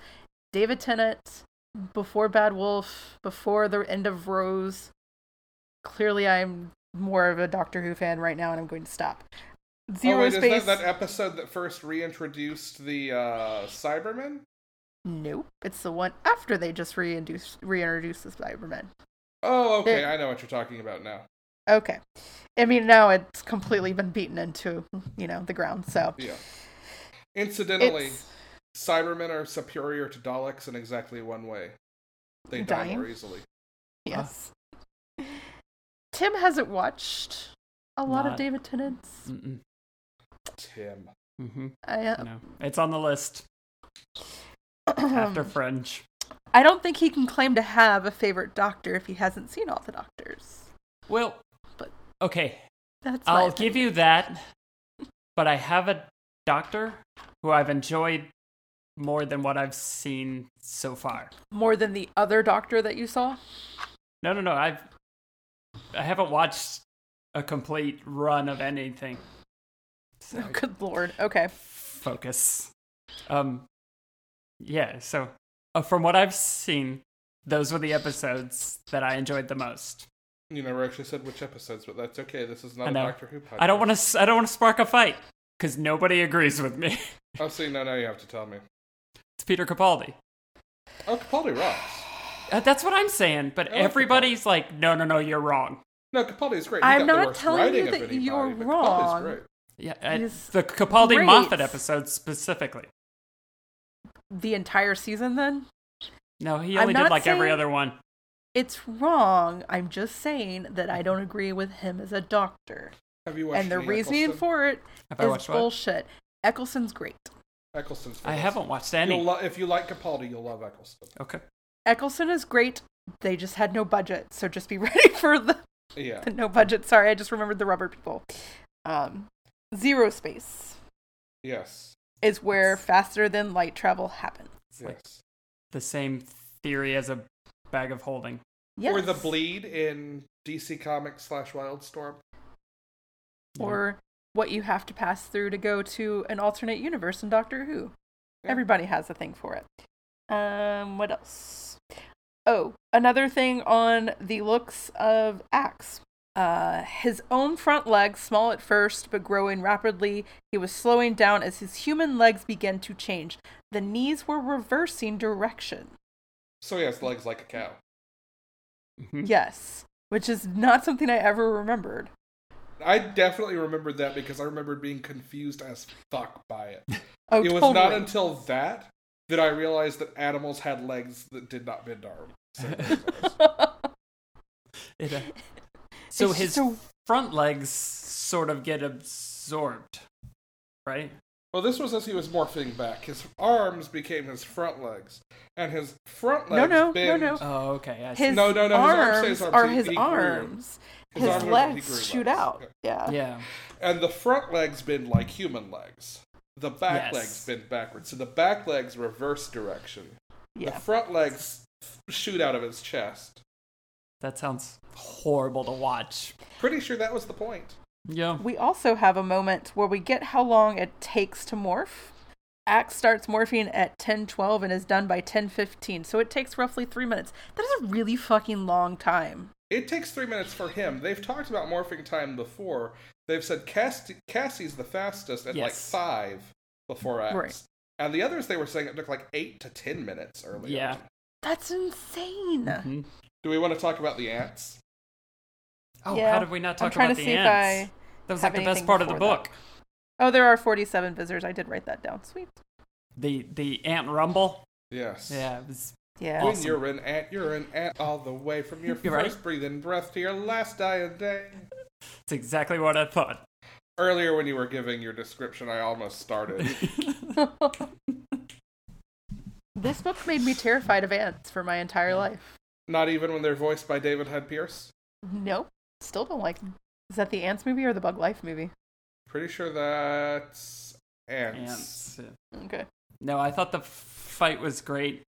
David Tennant, before Bad Wolf, before the end of Rose. Clearly, I'm more of a Doctor Who fan right now, and I'm going to stop.
oh,
Zero
wait,
space.
is that that episode that first reintroduced the uh, Cybermen?
Nope, it's the one after they just reintroduce reintroduce the Cybermen.
Oh, okay.
There-
I know what you're talking about now.
Okay, I mean now it's completely been beaten into you know the ground. So
Yeah. Incidentally,
It's-
Cybermen are superior to Daleks in exactly one way. They die
Dying?
more easily.
Yes. Tim hasn't watched a lot of
Not-
David Tennant's.
Mm-mm.
Tim.
Mm-hmm.
I, uh,
No. It's on the list
[clears throat] Um.
after French.
I don't think he can claim to have a favorite doctor if he hasn't seen all the doctors.
Well,
But-
okay,
That's my
I'll
opinion.
give you that. But I have a doctor who I've enjoyed more than what I've seen so far.
more than the other doctor that you saw.
No, no, no. I've I haven't watched a complete run of anything. So
[laughs] Oh, good lord. Okay.
focus. Um, yeah. So uh, from what I've seen, those were the episodes that I enjoyed the most.
You never actually said which episodes, but that's okay. This is not
I
a
know.
Doctor Who podcast.
I don't want to. I don't want to spark a fight because nobody agrees with me. [laughs]
to. Oh, see, no, now you have to tell me.
it's Peter Capaldi.
Oh, Capaldi rocks.
Uh, that's what I'm saying. But
I like Capaldi.
everybody's like, no, no, no, you're wrong.
No, Capaldi's great. He got
I'm
the
not
worst
telling
writing
you
of
that
anybody,
you're
but Capaldi's
wrong.
great.
Yeah, uh,
He's
the Capaldi
great.
Moffat episode specifically.
The entire season then?
No, he
I'm
only did
not
like every
saying-
other one.
It's wrong. I'm just saying that I don't agree with him as a doctor.
Have you watched
And the
any
reasoning
Eccleston?
for it
Have I
is
watched what?
bullshit. Eccleston's great.
Eccleston's
I
famous.
haven't watched
You'll
any.
lo- if you like Capaldi, you'll love Eccleston.
Okay.
Eccleston is great. They just had no budget, so just be [laughs] ready for the,
Yeah.
the [laughs] no budget. Sorry, I just remembered the rubber people. Um, zero space
Yes.
is where
Yes.
faster than light travel happens.
It's like
Yes.
the same theory as a bag of holding.
Yes.
Or the bleed in DC Comics slash Wildstorm.
Or what you have to pass through to go to an alternate universe in Doctor Who.
Yeah.
Everybody has a thing for it. Um, what else? Oh, another thing on the looks of Axe. Uh, his own front legs, small at first but growing rapidly, he was slowing down as his human legs began to change. The knees were reversing direction.
So he has legs like a cow. Hmm.
Mhm.
Yes, which is not something I ever remembered.
I definitely remembered that because I remembered being confused as fuck by it.
[laughs] Oh,
it was
totally.
not until that that I realized that animals had legs that did not bend arms.
[laughs]
It, uh, so
It's
his
just a-
front legs sort of get absorbed, right?
Well, this was as he was morphing back. His arms became his front legs, and his front
No,
legs
no, no,
bend.
no.
Oh, okay. I see.
his
No, no, no, his arms
arms,
say his arms.
are
He-
his
he grew.
arms.
His
His,
arms are- he
legs
grew
shoot
legs.
out.
Okay.
Yeah.
yeah.
And the front legs bend like human legs. The back
Yes.
legs bend backwards. So the back legs reverse direction.
Yeah.
The front legs shoot out of his chest.
That sounds horrible to watch.
Pretty sure that was the point.
Yeah.
We also have a moment where we get how long it takes to morph. Axe starts morphing at 10:12 and is done by 10:15, so it takes roughly 3 minutes. That is a really fucking long time.
It takes three minutes for him. They've talked about morphing time before. They've said Cass- Cassie's the fastest at like
Yes.
five before Axe.
Right.
And the others they were saying it took like eight to ten minutes earlier.
Yeah.
That's insane.
Mhm.
Do we want to talk about the ants?
Oh,
Yeah.
how did we not
I'm
talk
trying to
about the
see if
ants?
I
That was
have
like the best
anything
part of the
before that.
book.
Oh, there are 47 visitors. I did write that down. Sweet.
The the ant rumble.
Yes.
Yeah. It was,
Yeah.
When
Awesome.
you're an ant, you're an ant all the way from
[laughs]
your
You
first
ready?
breathing breath to your last dying day.
it's exactly what
[laughs]
I thought.
Earlier, when you were giving your description, I almost
[laughs]
started.
this book made me terrified of ants for my entire life.
Not even when they're voiced by David Head Pierce.
Nope. Still don't like them. Mm-hmm. Is that the Ants movie or the Bug Life movie?
Pretty sure that's ants.
Ants.
Okay.
No, I thought the f- fight was great.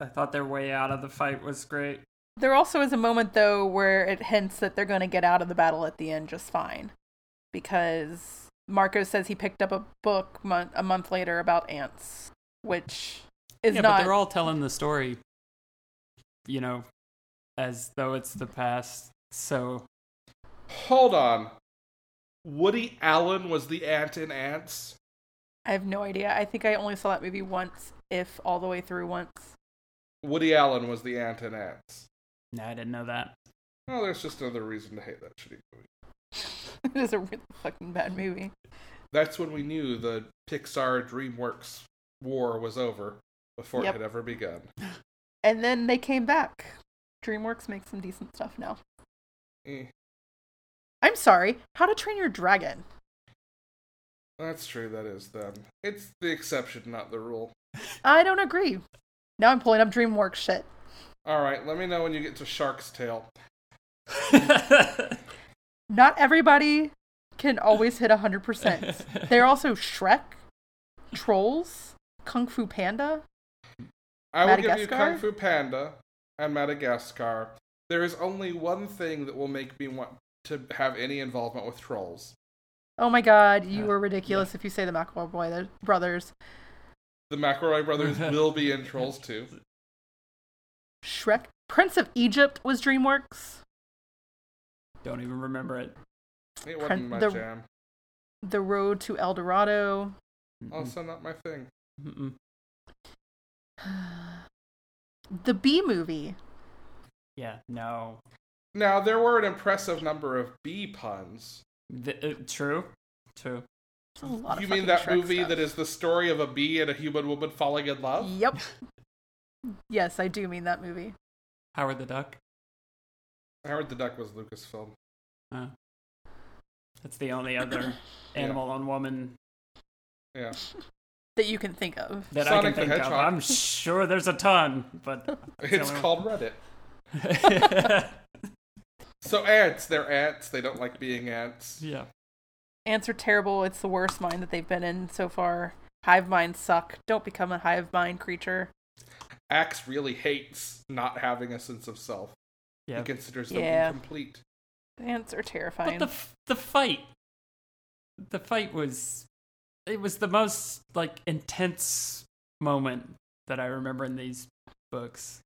I thought their way out of the fight was great.
There also is a moment though where it hints that they're going to get out of the battle at the end just fine, because Marco says he picked up a book mon- a month later about ants, which is
yeah, but
not
they're all telling the story, you know, as though it's the past. So
Hold on. Woody Allen was the ant in Ants.
I have no idea. I think I only saw that movie once, if all the way through once. [laughs]
Woody Allen was the ant in Ants.
no, I didn't
[laughs]
know that.
Oh, there's just another reason to hate that shitty movie.
it is a really fucking bad movie.
That's when we knew the Pixar DreamWorks war was over before
Yep.
it had ever begun.
And then they came back. DreamWorks makes some decent stuff now.
Eh,
I'm sorry. How to Train Your Dragon.
that's true, that is them. It's the exception, not the rule.
I don't agree. Now I'm pulling up DreamWorks shit.
Alright, let me know when you get to Shark's Tale.
Not everybody can always
[laughs]
hit 100%. They're also Shrek, Trolls, Kung Fu Panda.
I will give you
Madagascar?
Kung Fu Panda and Madagascar. There is only one thing that will make me want to have any involvement with trolls.
Oh my god, you
Uh,
were ridiculous if you say the McElroy Boy- Brothers.
The McElroy brothers will be in Trolls too.
Shrek. Prince of Egypt was DreamWorks.
Don't even remember it.
It wasn't my
The-
jam.
The Road to El Dorado. Mm-hmm.
Also Oh, not my thing.
Mm-mm.
The Bee Movie.
Yeah, no.
Now there were an impressive number of bee puns.
Th- uh, true, true.
There's a lot of
You mean
fucking
that
Shrek
movie
stuff.
that is the story of a bee and a human woman falling in love?
Yep. yes, I do mean that movie.
Howard the Duck.
Howard the Duck was Lucasfilm.
Uh, that's the only
[coughs]
other animal on woman
[laughs]
Yeah.
That you can think of.
that I
Sonic
can
the
think of.
Hedgehog.
I'm sure there's a ton,
[laughs]
but [laughs]
It's called Reddit. So ants, they're ants. They don't like being ants.
yeah.
Ants are terrible. It's the worst mind that they've been in so far. Hive minds suck. Don't become a hive mind creature.
Axe really hates not having a sense of self.
Yeah.
He considers them
Yeah.
incomplete.
Ants are terrifying.
But the f- the fight, the fight was, it was the most like intense moment that I remember in these books.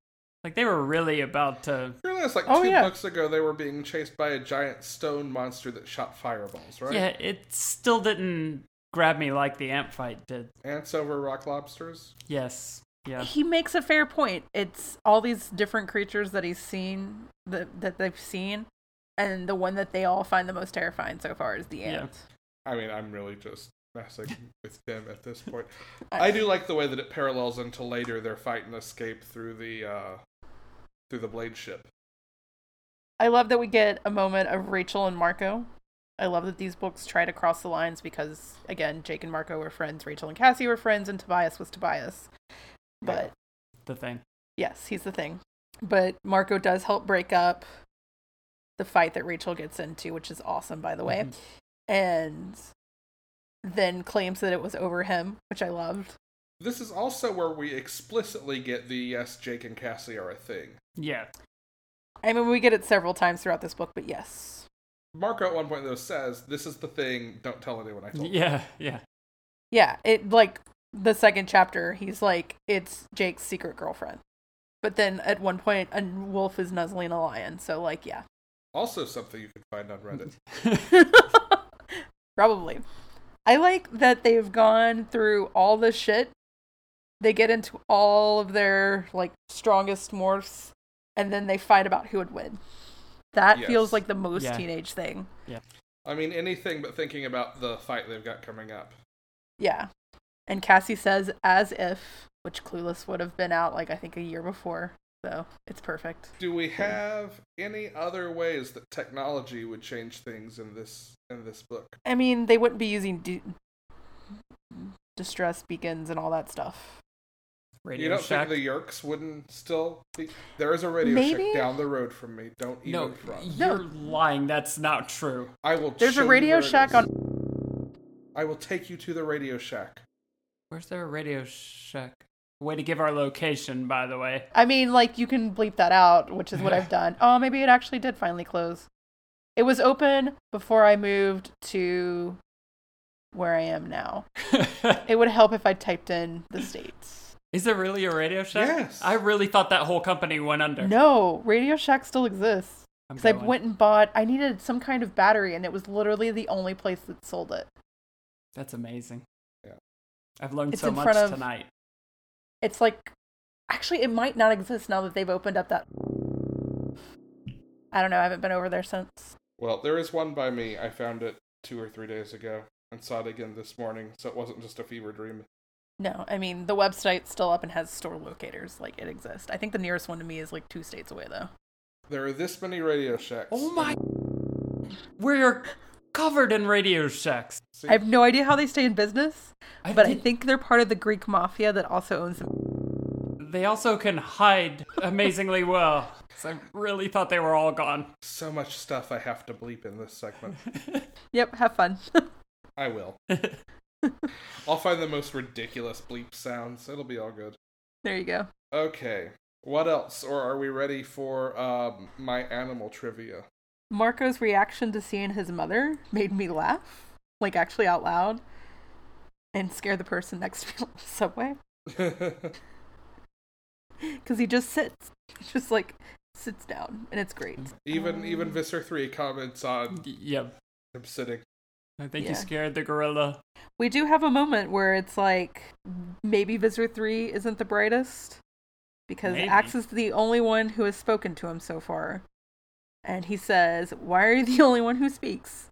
Like they were really about to.
You realize, like two
Oh, yeah.
books ago, they were being chased by a giant stone monster that shot fireballs, right?
Yeah, it still didn't grab me like the amp fight did.
Ants over rock lobsters.
Yes. Yeah.
He makes a fair point. It's all these different creatures that he's seen that that they've seen, and the one that they all find the most terrifying so far is the
Yeah.
ant.
I mean, I'm really just messing [laughs] with them at this point. I do like the way that it parallels into later their fight and escape through the uh through the blade ship.
I love that we get a moment of Rachel and Marco. I love that these books try to cross the lines because, again, Jake and Marco were friends, Rachel and Cassie were friends, and Tobias was Tobias. But
The thing.
yes, he's the thing. But Marco does help break up the fight that Rachel gets into, which is awesome, by the way,
Mhm.
and then claims that it was over him, which I loved.
This is also where we explicitly get the yes, Jake and Cassie are a thing.
Yeah.
I mean, we get it several times throughout this book, but yes.
Marco at one point though says, "This is the thing. Don't tell anyone I told." you."
Yeah. [laughs] Yeah.
Yeah, it like the second chapter, he's like, it's Jake's secret girlfriend. But then at one point, a wolf is nuzzling a lion. So, like, yeah,
Also, something you can find on Reddit.
[laughs] probably. I like that they've gone through all the shit. They get into all of their like strongest morphs, and then they fight about who would win. That
Yes.
feels like the most
Yeah.
teenage thing.
I mean, anything but thinking about the fight they've got coming up.
Yeah. And Cassie says, as if, which Clueless would have been out like I think a year before. So it's perfect.
Do we have any other ways that technology would change things in this in this book?
I mean, they wouldn't be using de- distress beacons and all that stuff.
Radio
you don't
Shack.
think the Yerks wouldn't still be? There is a radio
Maybe?
shack down the road from me. Don't even
no,
front.
you're lying. That's not true.
I will.
There's
show
a
you
Radio
where it
Shack
is.
on.
I will take you to the Radio Shack.
Where's there a Radio Shack? Way to give our location, by the way. [laughs]
I mean, like, you can bleep that out, which is what I've done. Oh, maybe it actually did finally close. It was open before I moved to where I am now. It would help if I typed in the states.
Is there really a Radio Shack?
Yes.
I really thought that whole company went under.
No, Radio Shack still exists.
I'm
Because I
going.
went and bought, I needed some kind of battery, and it was literally the only place that sold it.
That's amazing.
Yeah.
I've learned
It's
so
in
much
front of-
tonight.
It's like, actually, it might not exist now that they've opened up that. I don't know. I haven't been over there since.
Well, there is one by me. I found it two or three days ago and saw it again this morning. So it wasn't just a fever dream.
No, I mean the website's still up and has store locators. Like it exists. I think the nearest one to me is like two states away, though.
There are this many Radio Shacks.
Oh my! [laughs] We're covered in Radio Shacks.
See,
I have no idea how they stay in business, but I
think
think they're part of the Greek mafia that also owns them.
they also can hide amazingly well. So I really thought they were all gone.
so much stuff I have to bleep in this
[laughs]
segment.
Yep, have fun. [laughs]
I will. I'll find the most ridiculous bleep sounds. It'll be all good.
there you go.
Okay. What else? Or are we ready for um, my animal trivia? [laughs]
Marco's reaction to seeing his mother made me laugh, like actually out loud, and scare the person next to me on the subway. because he just sits, [laughs] he just like sits down, and it's great.
even even Visser three comments on
yep.
him sitting.
I think
Yeah.
you scared the gorilla.
We do have a moment where it's like maybe Visor Three isn't the brightest because
Maybe.
Axe is the only one who has spoken to him so far, and he says, "Why are you the only one who speaks?"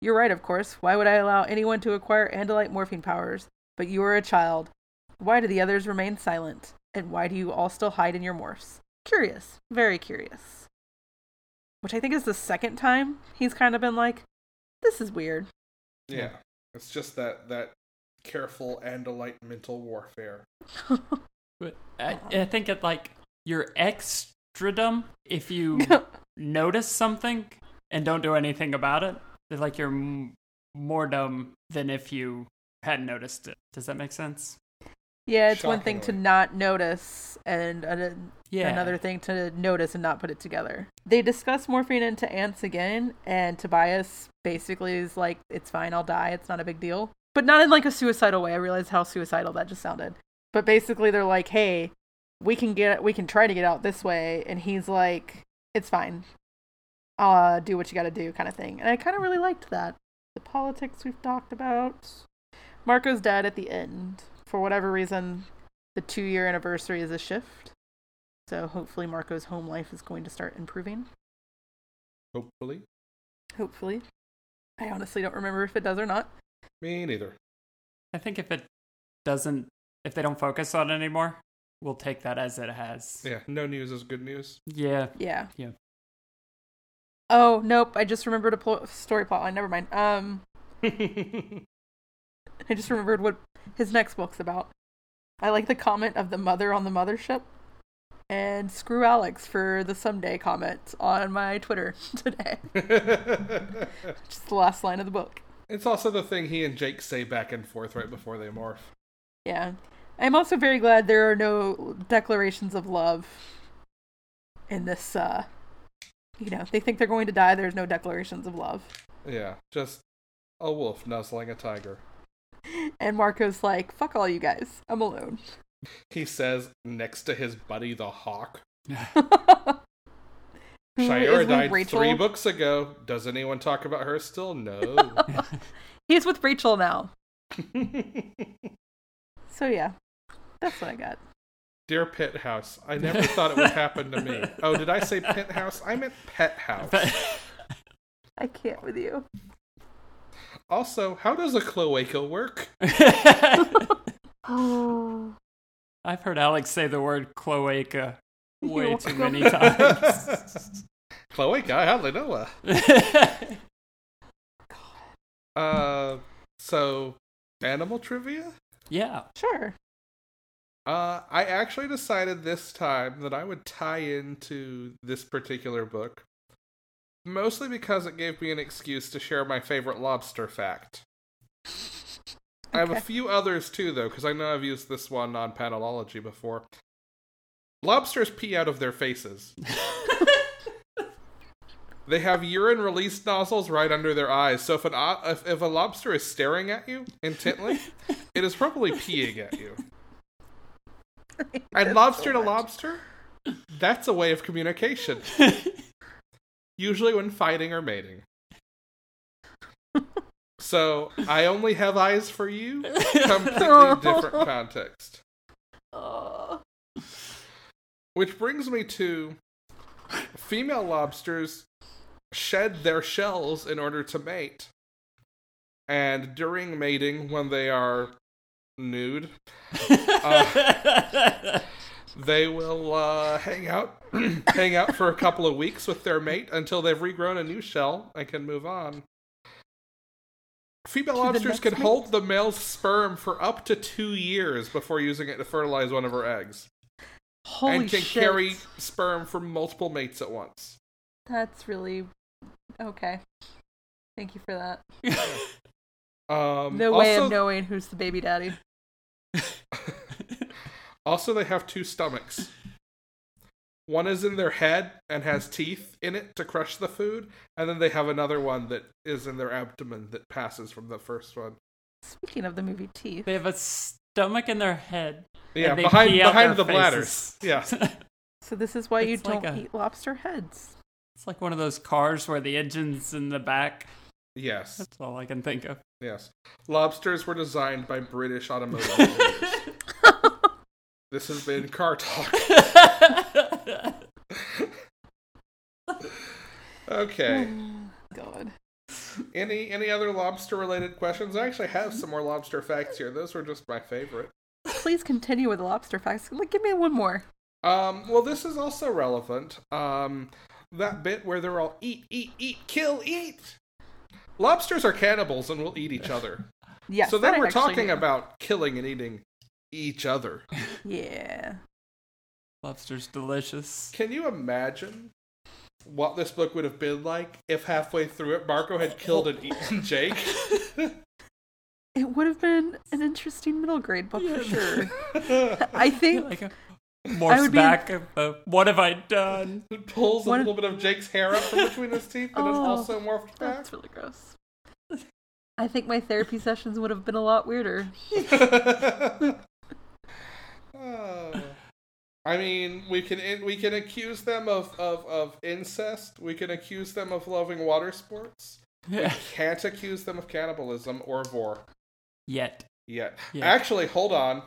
You're right, of course. Why would I allow anyone to acquire Andalite morphine powers? But you are a child. Why do the others remain silent? And why do you all still hide in your morphs? Curious, very curious. Which I think is the second time he's kind of been like, this is weird.
Yeah. It's just that that careful and light mental warfare.
But I, I think it like you're extra dumb
[laughs]
if you notice something and don't do anything about it. It's like you're m- more dumb than if you hadn't noticed it. Does that make sense?
Yeah, it's one thing to
Shockingly.
not notice and uh, an-
Yeah.
another thing to notice and not put it together. They discuss morphine into ants again, and Tobias basically is like, it's fine, I'll die, it's not a big deal. But not in like a suicidal way. I realize how suicidal that just sounded. But basically, they're like, hey, we can get we can try to get out this way and he's like it's fine uh do what you gotta do kind of thing and i kind of really liked that the politics we've talked about marco's dead at the end for whatever reason the two year anniversary is a shift so hopefully marco's home life is going to start improving
Hopefully.
hopefully i honestly don't remember if it does or not
Me neither.
I think if it doesn't, if they don't focus on it anymore, we'll take that as it has.
Yeah, no news is good [laughs] news.
[laughs]
Yeah.
yeah
Yeah.
oh nope i just remembered a pl- story plot line never mind um I just remembered what his next book's about. I like the comment of the mother on the mothership. And screw Alex for the someday comment on my Twitter [laughs] today.
it's
Just the last line of the book.
also the thing he and Jake say back and forth right before they morph.
Yeah. I'm also very glad there are no declarations of love in this uh you know, they think they're going to die, there's no declarations of love.
Yeah, just a wolf nuzzling a tiger.
And Marco's like, fuck all you guys. I'm alone. [laughs]
He says next to his buddy the hawk.
Who
Shiora
is
died
with Rachel.
three books ago. Does anyone talk about her still?
[laughs]
No.
He's with Rachel now. So yeah. That's what I got.
Dear Penthouse, I never thought it would happen to me. Oh, did I say penthouse? I meant pet house.
I can't with you.
Also, how does a cloaca work?
Oh.
[laughs] I've heard Alex say the word cloaca way
You're
too
welcome.
many times.
Cloaca, hallelujah.
[laughs]
Uh, so animal trivia.
[laughs] yeah.
Sure.
Uh, I actually decided this time that I would tie into this particular book, mostly because it gave me an excuse to share my favorite lobster fact. I have a
Okay.
few others too, though, because I know I've used this one on panelology before. Lobsters pee out of their faces. they have urine release nozzles right under their eyes, so if an o- if, if a lobster is staring at you intently, it is probably peeing at you. And lobster to lobster, that's a way of communication. Usually when fighting or mating. So I only have eyes for you. Completely different context.
Oh.
Which brings me to female lobsters shed their shells in order to mate. And during mating, when they are nude,
[laughs]
they will uh, hang out [clears throat] hang out for a couple of weeks with their mate until they've regrown a new shell and can move on. Female lobsters
next
can
mate?
hold the male's sperm for up to two years before using it to fertilize one of her eggs,
Holy
and can
shit.
carry sperm from multiple mates at once.
That's really okay. Thank you for that.
Um,
No way
also,
of knowing who's the baby daddy.
also, they have two stomachs. One is in their head and has teeth in it to crush the food, and then they have another one that is in their abdomen that passes from the first one.
Speaking of the movie Teeth,
they have a stomach in their head.
Yeah,
and they
behind
pee out
behind the
their
bladders.
faces.
Yeah,
so this is why you
It's like
don't
a-
eat lobster heads.
[laughs] It's like one of those cars where the engine's in the back.
yes,
That's all I can think of.
yes. Lobsters were designed by British automotive.
[laughs]
engineers. this has been car
[laughs]
talk. [laughs] Okay.
God.
Any any other lobster related questions? I actually have some more lobster facts here. Those were just my favorite.
Please continue with the lobster facts. Like, give me one more.
Um, well, this is also relevant. Um, that bit where they're all eat, eat, eat, kill, eat. Lobsters are cannibals and will eat each other.
[laughs] Yes.
so then
that I
we're
actually
talking
knew.
about killing and eating each other.
Yeah.
Lobster's delicious. [laughs]
Can you imagine what this book would have been like if halfway through it Marco had killed and
[laughs]
eaten Jake? [laughs]
It would have been an interesting middle grade book
[laughs]
for sure.
it
I think
Like a
I
morphs
would be-
back. of uh, what have I done?
pulls a
What-
little bit of Jake's hair up from between his teeth and it's
Oh,
also morphed back.
That's really gross. I think my therapy sessions would have been
[laughs]
a lot weirder.
Oh. I I mean, we can we can accuse them of, of, of incest. We can accuse them of loving water sports.
Yeah.
Can't accuse them of cannibalism or vor
Yet.
yet.
Yeah.
Actually, hold on.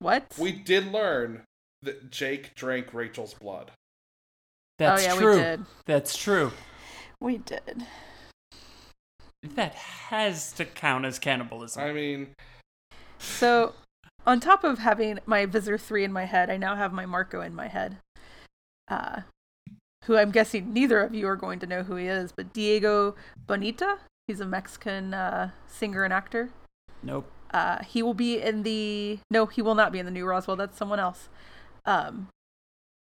What?
We did learn that Jake drank Rachel's blood.
That's
oh yeah,
true.
we did.
That's true.
We did.
That has to count as cannibalism.
I mean,
So, on top of having my Visor 3 in my head, I now have my Marco in my head. Uh, who I'm guessing neither of you are going to know who he is, but Diego Bonita. He's a Mexican uh, singer and actor.
nope.
Uh, he will be in the. No, he will not be in the new Roswell. That's someone else. Um,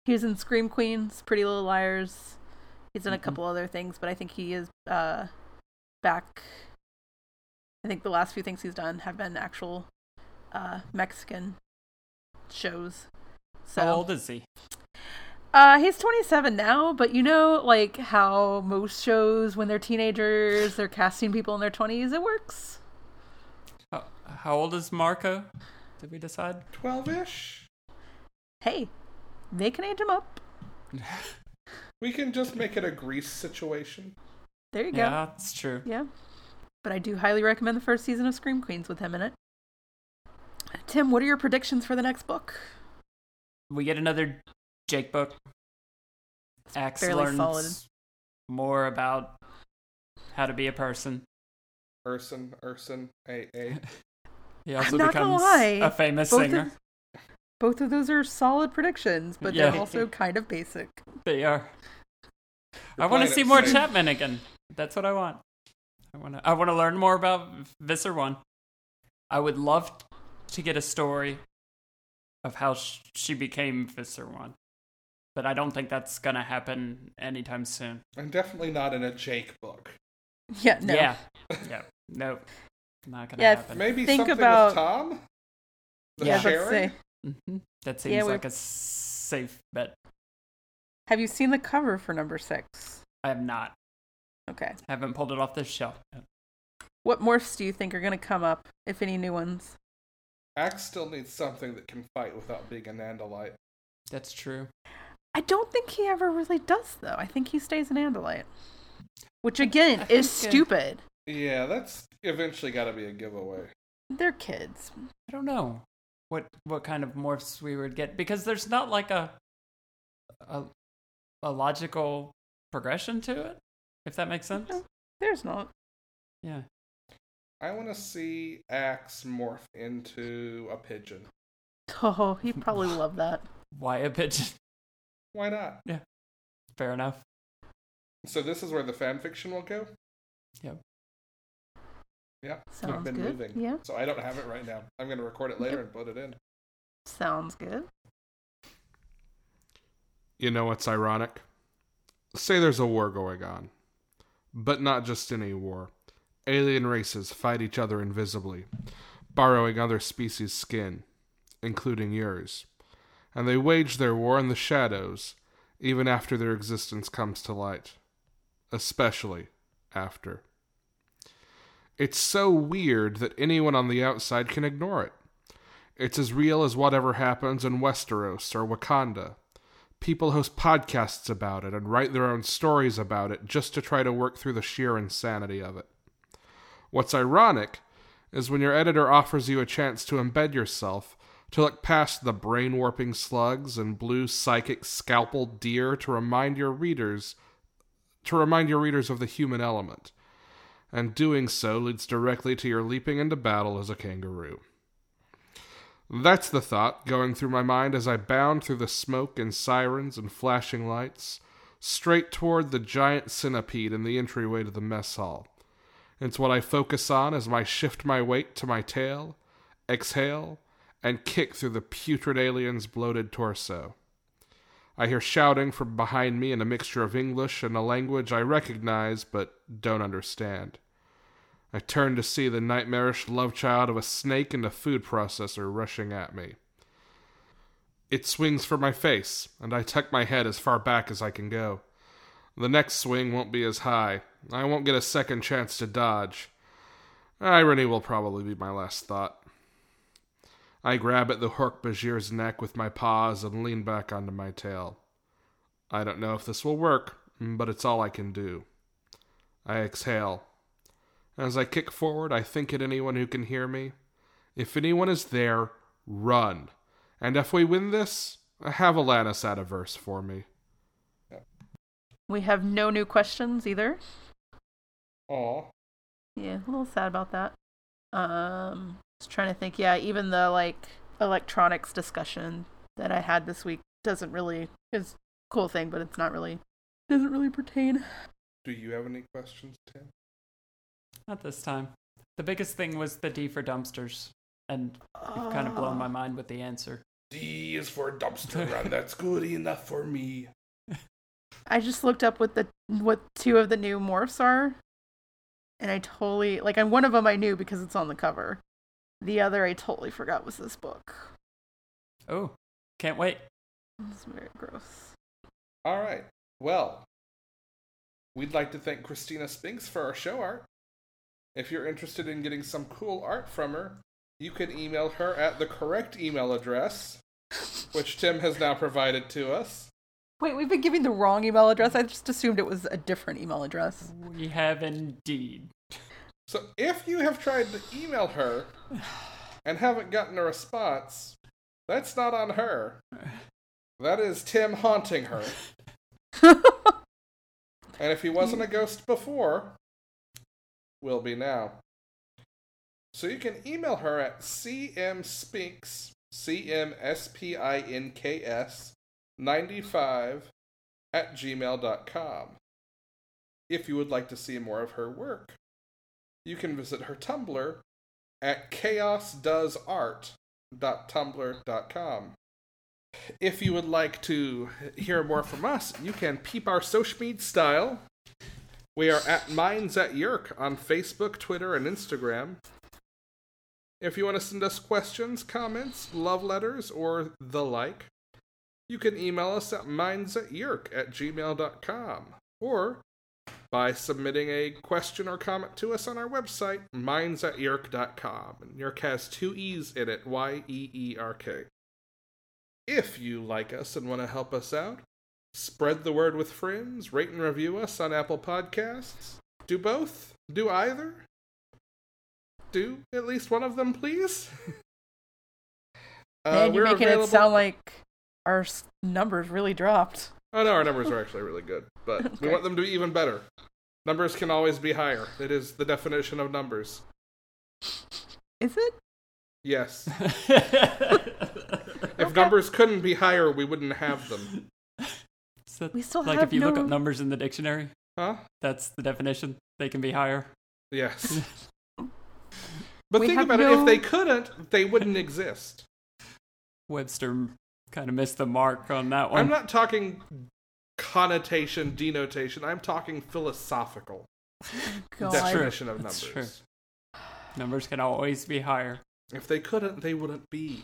he was in Scream Queens, Pretty Little Liars. He's done a
Mhm.
couple other things, but I think he is uh, back. I think the last few things he's done have been actual uh, Mexican shows. So
How old is he?
uh, he's 27 now, but you know, like how most shows, when they're teenagers, they're casting people in their 20s. It works.
How, how old is Marco? Did we decide?
12 ish?
Hey, they can age him up.
We can just make it a grease situation.
There you go.
Yeah, that's true.
Yeah. But I do highly recommend the first season of Scream Queens with him in it. Tim, what are your predictions for the next book?
We get another Jake book. Axe
fairly
learns
solid.
more about how to be a person.
Urson, Urson, A A.
He also
not gonna
becomes
lie,
a famous
both
singer.
of- Both of those are solid predictions, but
Yeah.
they're
[laughs]
also kind of basic. [laughs]
They are. I want to
playing
see
it
more
safe.
Chapman again. That's what I want. I want to. I want to learn more about Visser One. I would love to get a story of how sh- she became Visser One, but I don't think that's gonna happen anytime soon.
And definitely not in a Jake book.
Yeah, no.
Yeah. Yeah. No. Not gonna
Yeah,
happen.
Maybe
Think
something
about-
with Tom? The
Yeah,
I was about to
sharing?
say,
Mhm. That seems
we-
like a safe bet.
have you seen the cover for number six?
I have not.
Okay.
Haven't pulled it off the shelf. yet.
What morphs do you think are going to come up, if any new ones?
Axe still needs something that can fight without being a Nandalite.
That's true.
I don't think he ever really does, though. I think he stays an Andalite, which again
I
is
think, uh,
stupid.
Yeah, that's eventually got to be a giveaway.
They're kids.
I don't know what what kind of morphs we would get because there's not like a a, a logical progression to it. If that makes sense.
There's not. [laughs]
Yeah.
I want to see Axe morph into a pigeon.
Oh, he probably loved that.
Why a pigeon?
Why not?
[laughs] Fair enough.
So this is where the fan fiction will go.
Yep.
Yeah, I've
Sounds
been
good.
moving.
Yeah.
So I don't have it right now. I'm gonna record it later and put it in.
Sounds good.
You know what's ironic? Say there's a war going on, but not just any war. Alien races fight each other invisibly, borrowing other species' skin, including yours. And they wage their war in the shadows, even after their existence comes to light. Especially after. It's so weird that anyone on the outside can ignore it. It's as real as whatever happens in Westeros or Wakanda. People host podcasts about it and write their own stories about it just to try to work through the sheer insanity of it. What's ironic is when your editor offers you a chance to embed yourself, to look past the brain warping slugs and blue psychic scalpeled deer to remind your readers to remind your readers of the human element. And doing so leads directly to your leaping into battle as a kangaroo. That's the thought going through my mind as I bound through the smoke and sirens and flashing lights, straight toward the giant centipede in the entryway to the mess hall. It's what I focus on as I shift my weight to my tail, exhale, and kick through the putrid alien's bloated torso. I hear shouting from behind me in a mixture of English and a language I recognize but don't understand. I turned to see the nightmarish love child of a snake and a food processor rushing at me. It swings for my face, and I tuck my head as far back as I can go. The next swing won't be as high. I won't get a second chance to dodge. Irony will probably be my last thought. I grab at the hook Bashir's neck with my paws and lean back onto my tail. I don't know if this will work, but it's all I can do. I exhale. As I kick forward, I think at anyone who can hear me. If anyone is there, run. And if we win this, have Alanis add a verse for me.
We have no new questions either.
Aw.
Yeah, a little sad about that. Um, just trying to think. Yeah, even the like electronics discussion that I had this week doesn't really is a cool thing, but it's not really doesn't really pertain.
Do you have any questions, Tim?
Not this time. The biggest thing was the D for dumpsters, and you've
Uh,
kind of blown
Ah.
my mind with the answer.
D is for dumpster [laughs] run. That's good enough for me.
I just looked up what the what two of the new morphs are, and I totally like. And one of them I knew because it's on the cover. The other I totally forgot was this book.
Oh, can't wait.
It's very gross.
All right. Well, we'd like to thank Christina Spinks for our show art. If you're interested in getting some cool art from her, you can email her at the correct email address, which Tim has now provided to us.
Wait, we've been giving the wrong email address. I just assumed it was a different email address.
We
[laughs]
have indeed.
So if you have tried to email her and haven't gotten a response, that's not on her. That is Tim haunting her. and if he wasn't a ghost before, will be now. So you can email her at cmspinks, C-M-S-P-I-N-K-S, 95 at gmail.com. If you would like to see more of her work, you can visit her Tumblr at chaosdoesart.tumblr.com. If you would like to hear more from us, you can peep our social media style. We are at Minds at Yerk on Facebook, Twitter, and Instagram. If you want to send us questions, comments, love letters, or the like, you can email us at mindsetyerk at gmail.com or by submitting a question or comment to us on our website, mindsetyerk.com. And Yerk has two E's in it, Y E E R K. If you like us and want to help us out, spread the word with friends, rate and review us on Apple Podcasts. Do both, do either. Do at least one of them, please. [laughs] Uh,
Man, you're
we're
making
available-
it sound like our s- numbers really dropped.
Oh no, our numbers are actually really good, but we
[laughs] Okay.
want them to be even better. Numbers can always be higher. It is the definition of numbers.
Is it? [laughs]
Yes.
it's
If numbers couldn't be higher, we wouldn't have them.
that-
We still
like
have
if you look
no-
up numbers in the dictionary,
Huh?
that's the definition. They can be higher.
Yes.
[laughs]
But
We
think
have
about it. If
no-
they couldn't, they wouldn't
[laughs]
exist.
Webster kind of missed the mark on that one.
I'm not talking connotation, denotation. I'm talking philosophical
God.
That's true.
definition of
That's
numbers.
true. Numbers can always be higher. [laughs]
If they couldn't, they wouldn't be.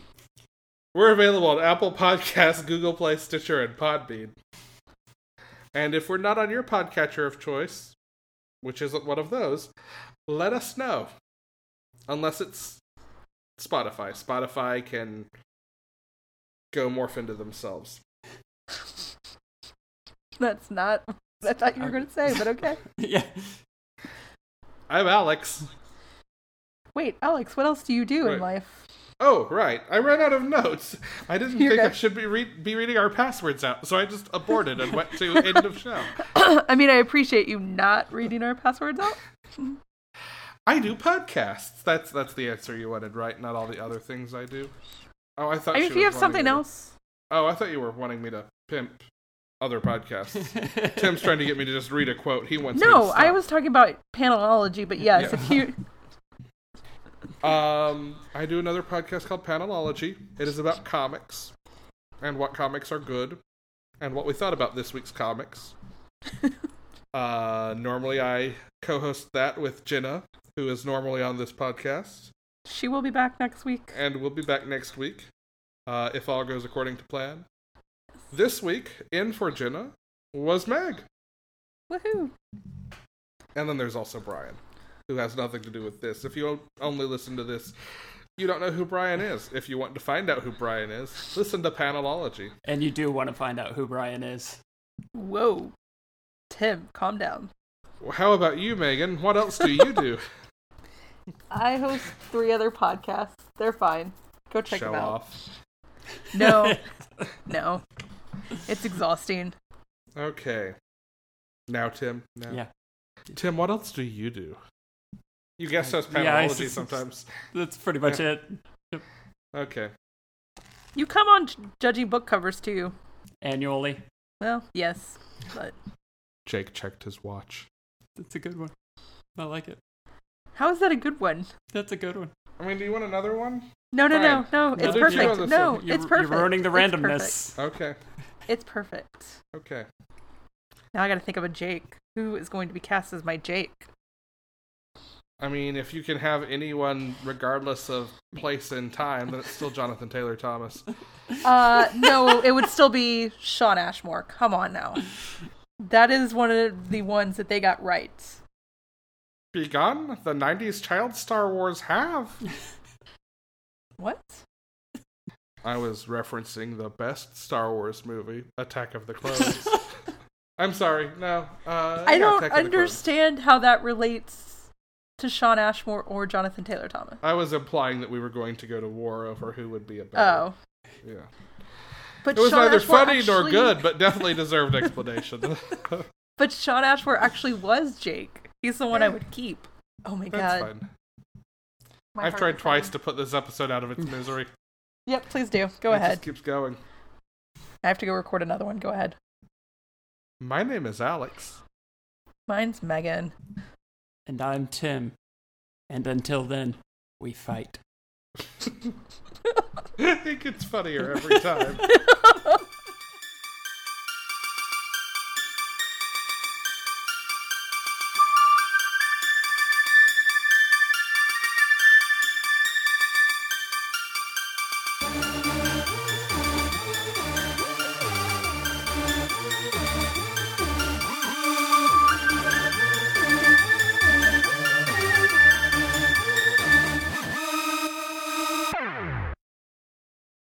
We're available on Apple Podcasts, [laughs] Google Play, Stitcher, and Podbean. And if we're not on your podcatcher of choice, which isn't one of those, let us know. Unless it's Spotify. Spotify can go morph into themselves.
That's not what I thought you were going to say, but okay.
yeah.
I'm Alex.
Wait, Alex, what else do you do
Right.
in life? [coughs]
Oh, right. I ran out of notes. I didn't
You're
think I
good.
should be, read be reading our passwords out, so I just aborted and went to end of
[laughs]
show.
I mean, I appreciate you not reading our passwords out.
I do podcasts. That's that's the answer you wanted, right? Not all the other things I do. Oh, I thought.
I mean,
she
if you
was
have something
wanting me
else,
to- oh, I thought you were wanting me to pimp other podcasts.
[laughs]
Tim's trying to get me to just read a quote. He wants. me to
no,
stop.
I was talking about panelology, but yes,
Yeah.
if you
Um, I do another podcast called Panelology. It is about comics and what comics are good and what we thought about this week's
[laughs]
comics. uh, normally, I co-host that with Jenna, who is normally on this podcast.
she will be back next week.
and we'll be back next week uh, if all goes according to plan. This week, in for Jenna was Meg,
Woohoo!
and then there's also Brian, who has nothing to do with this. If you only listen to this You don't know who Brian is. If you want to find out who Brian is, listen to Panelology.
And you do want to find out who Brian is.
Whoa. Tim, calm down.
Well, how about you, Megan? What else do you
[laughs]
do?
I host three other podcasts. They're fine. Go check
Show
them out.
off.
[laughs]
[laughs]
No, no. It's exhausting.
Okay. Now, Tim. Now.
Yeah.
Tim, what else do you do? You guess that's
Yeah, I
Panelology
s-
sometimes.
That's pretty much it.
Okay.
You come on j- judging book covers too.
Annually.
Well, yes, but
Jake checked his watch.
That's a good one. I like it.
how is that a good one?
That's a good one.
I mean, do you want another one?
No, no, no,
Fine.
no.
We'll
It's
do
two.
perfect. No,
You're,
it's perfect.
You're ruining the
It's
randomness.
Okay.
perfect. It's perfect.
Okay.
Now I got to think of a Jake. Who is going to be cast as my Jake?
I mean, if you can have anyone, regardless of place and time, then it's still Jonathan Taylor Thomas.
Uh, no, [laughs] it would still be Sean Ashmore. Come on
[laughs]
now. That is one of the ones that they got right.
Begun? The 90s child Star Wars have.
What?
I was referencing the best Star Wars movie, Attack of the
[laughs]
Clones. [laughs] I'm sorry, no. Uh,
I
yeah, Attack
don't
of the Clones.
understand how that relates to Sean Ashmore or Jonathan Taylor Thomas.
I was implying that we were going to go to war over who would be a better.
Oh,
Yeah.
but
It was
Sean
neither
Ashmore
funny nor
actually-
good, but definitely deserved explanation. [laughs]
But Sean Ashmore actually was Jake. He's the one I would keep. Oh my
That's
god.
fine.
My
I've
heart
tried
is
twice
hurting.
to put this episode out of its misery.
Yep, please do. Go
it
ahead.
Just keeps going.
I have to go record another one. Go ahead.
My name is Alex. [laughs]
Mine's Megan.
[laughs] And I'm Tim. And until then, we fight.
it gets funnier every time.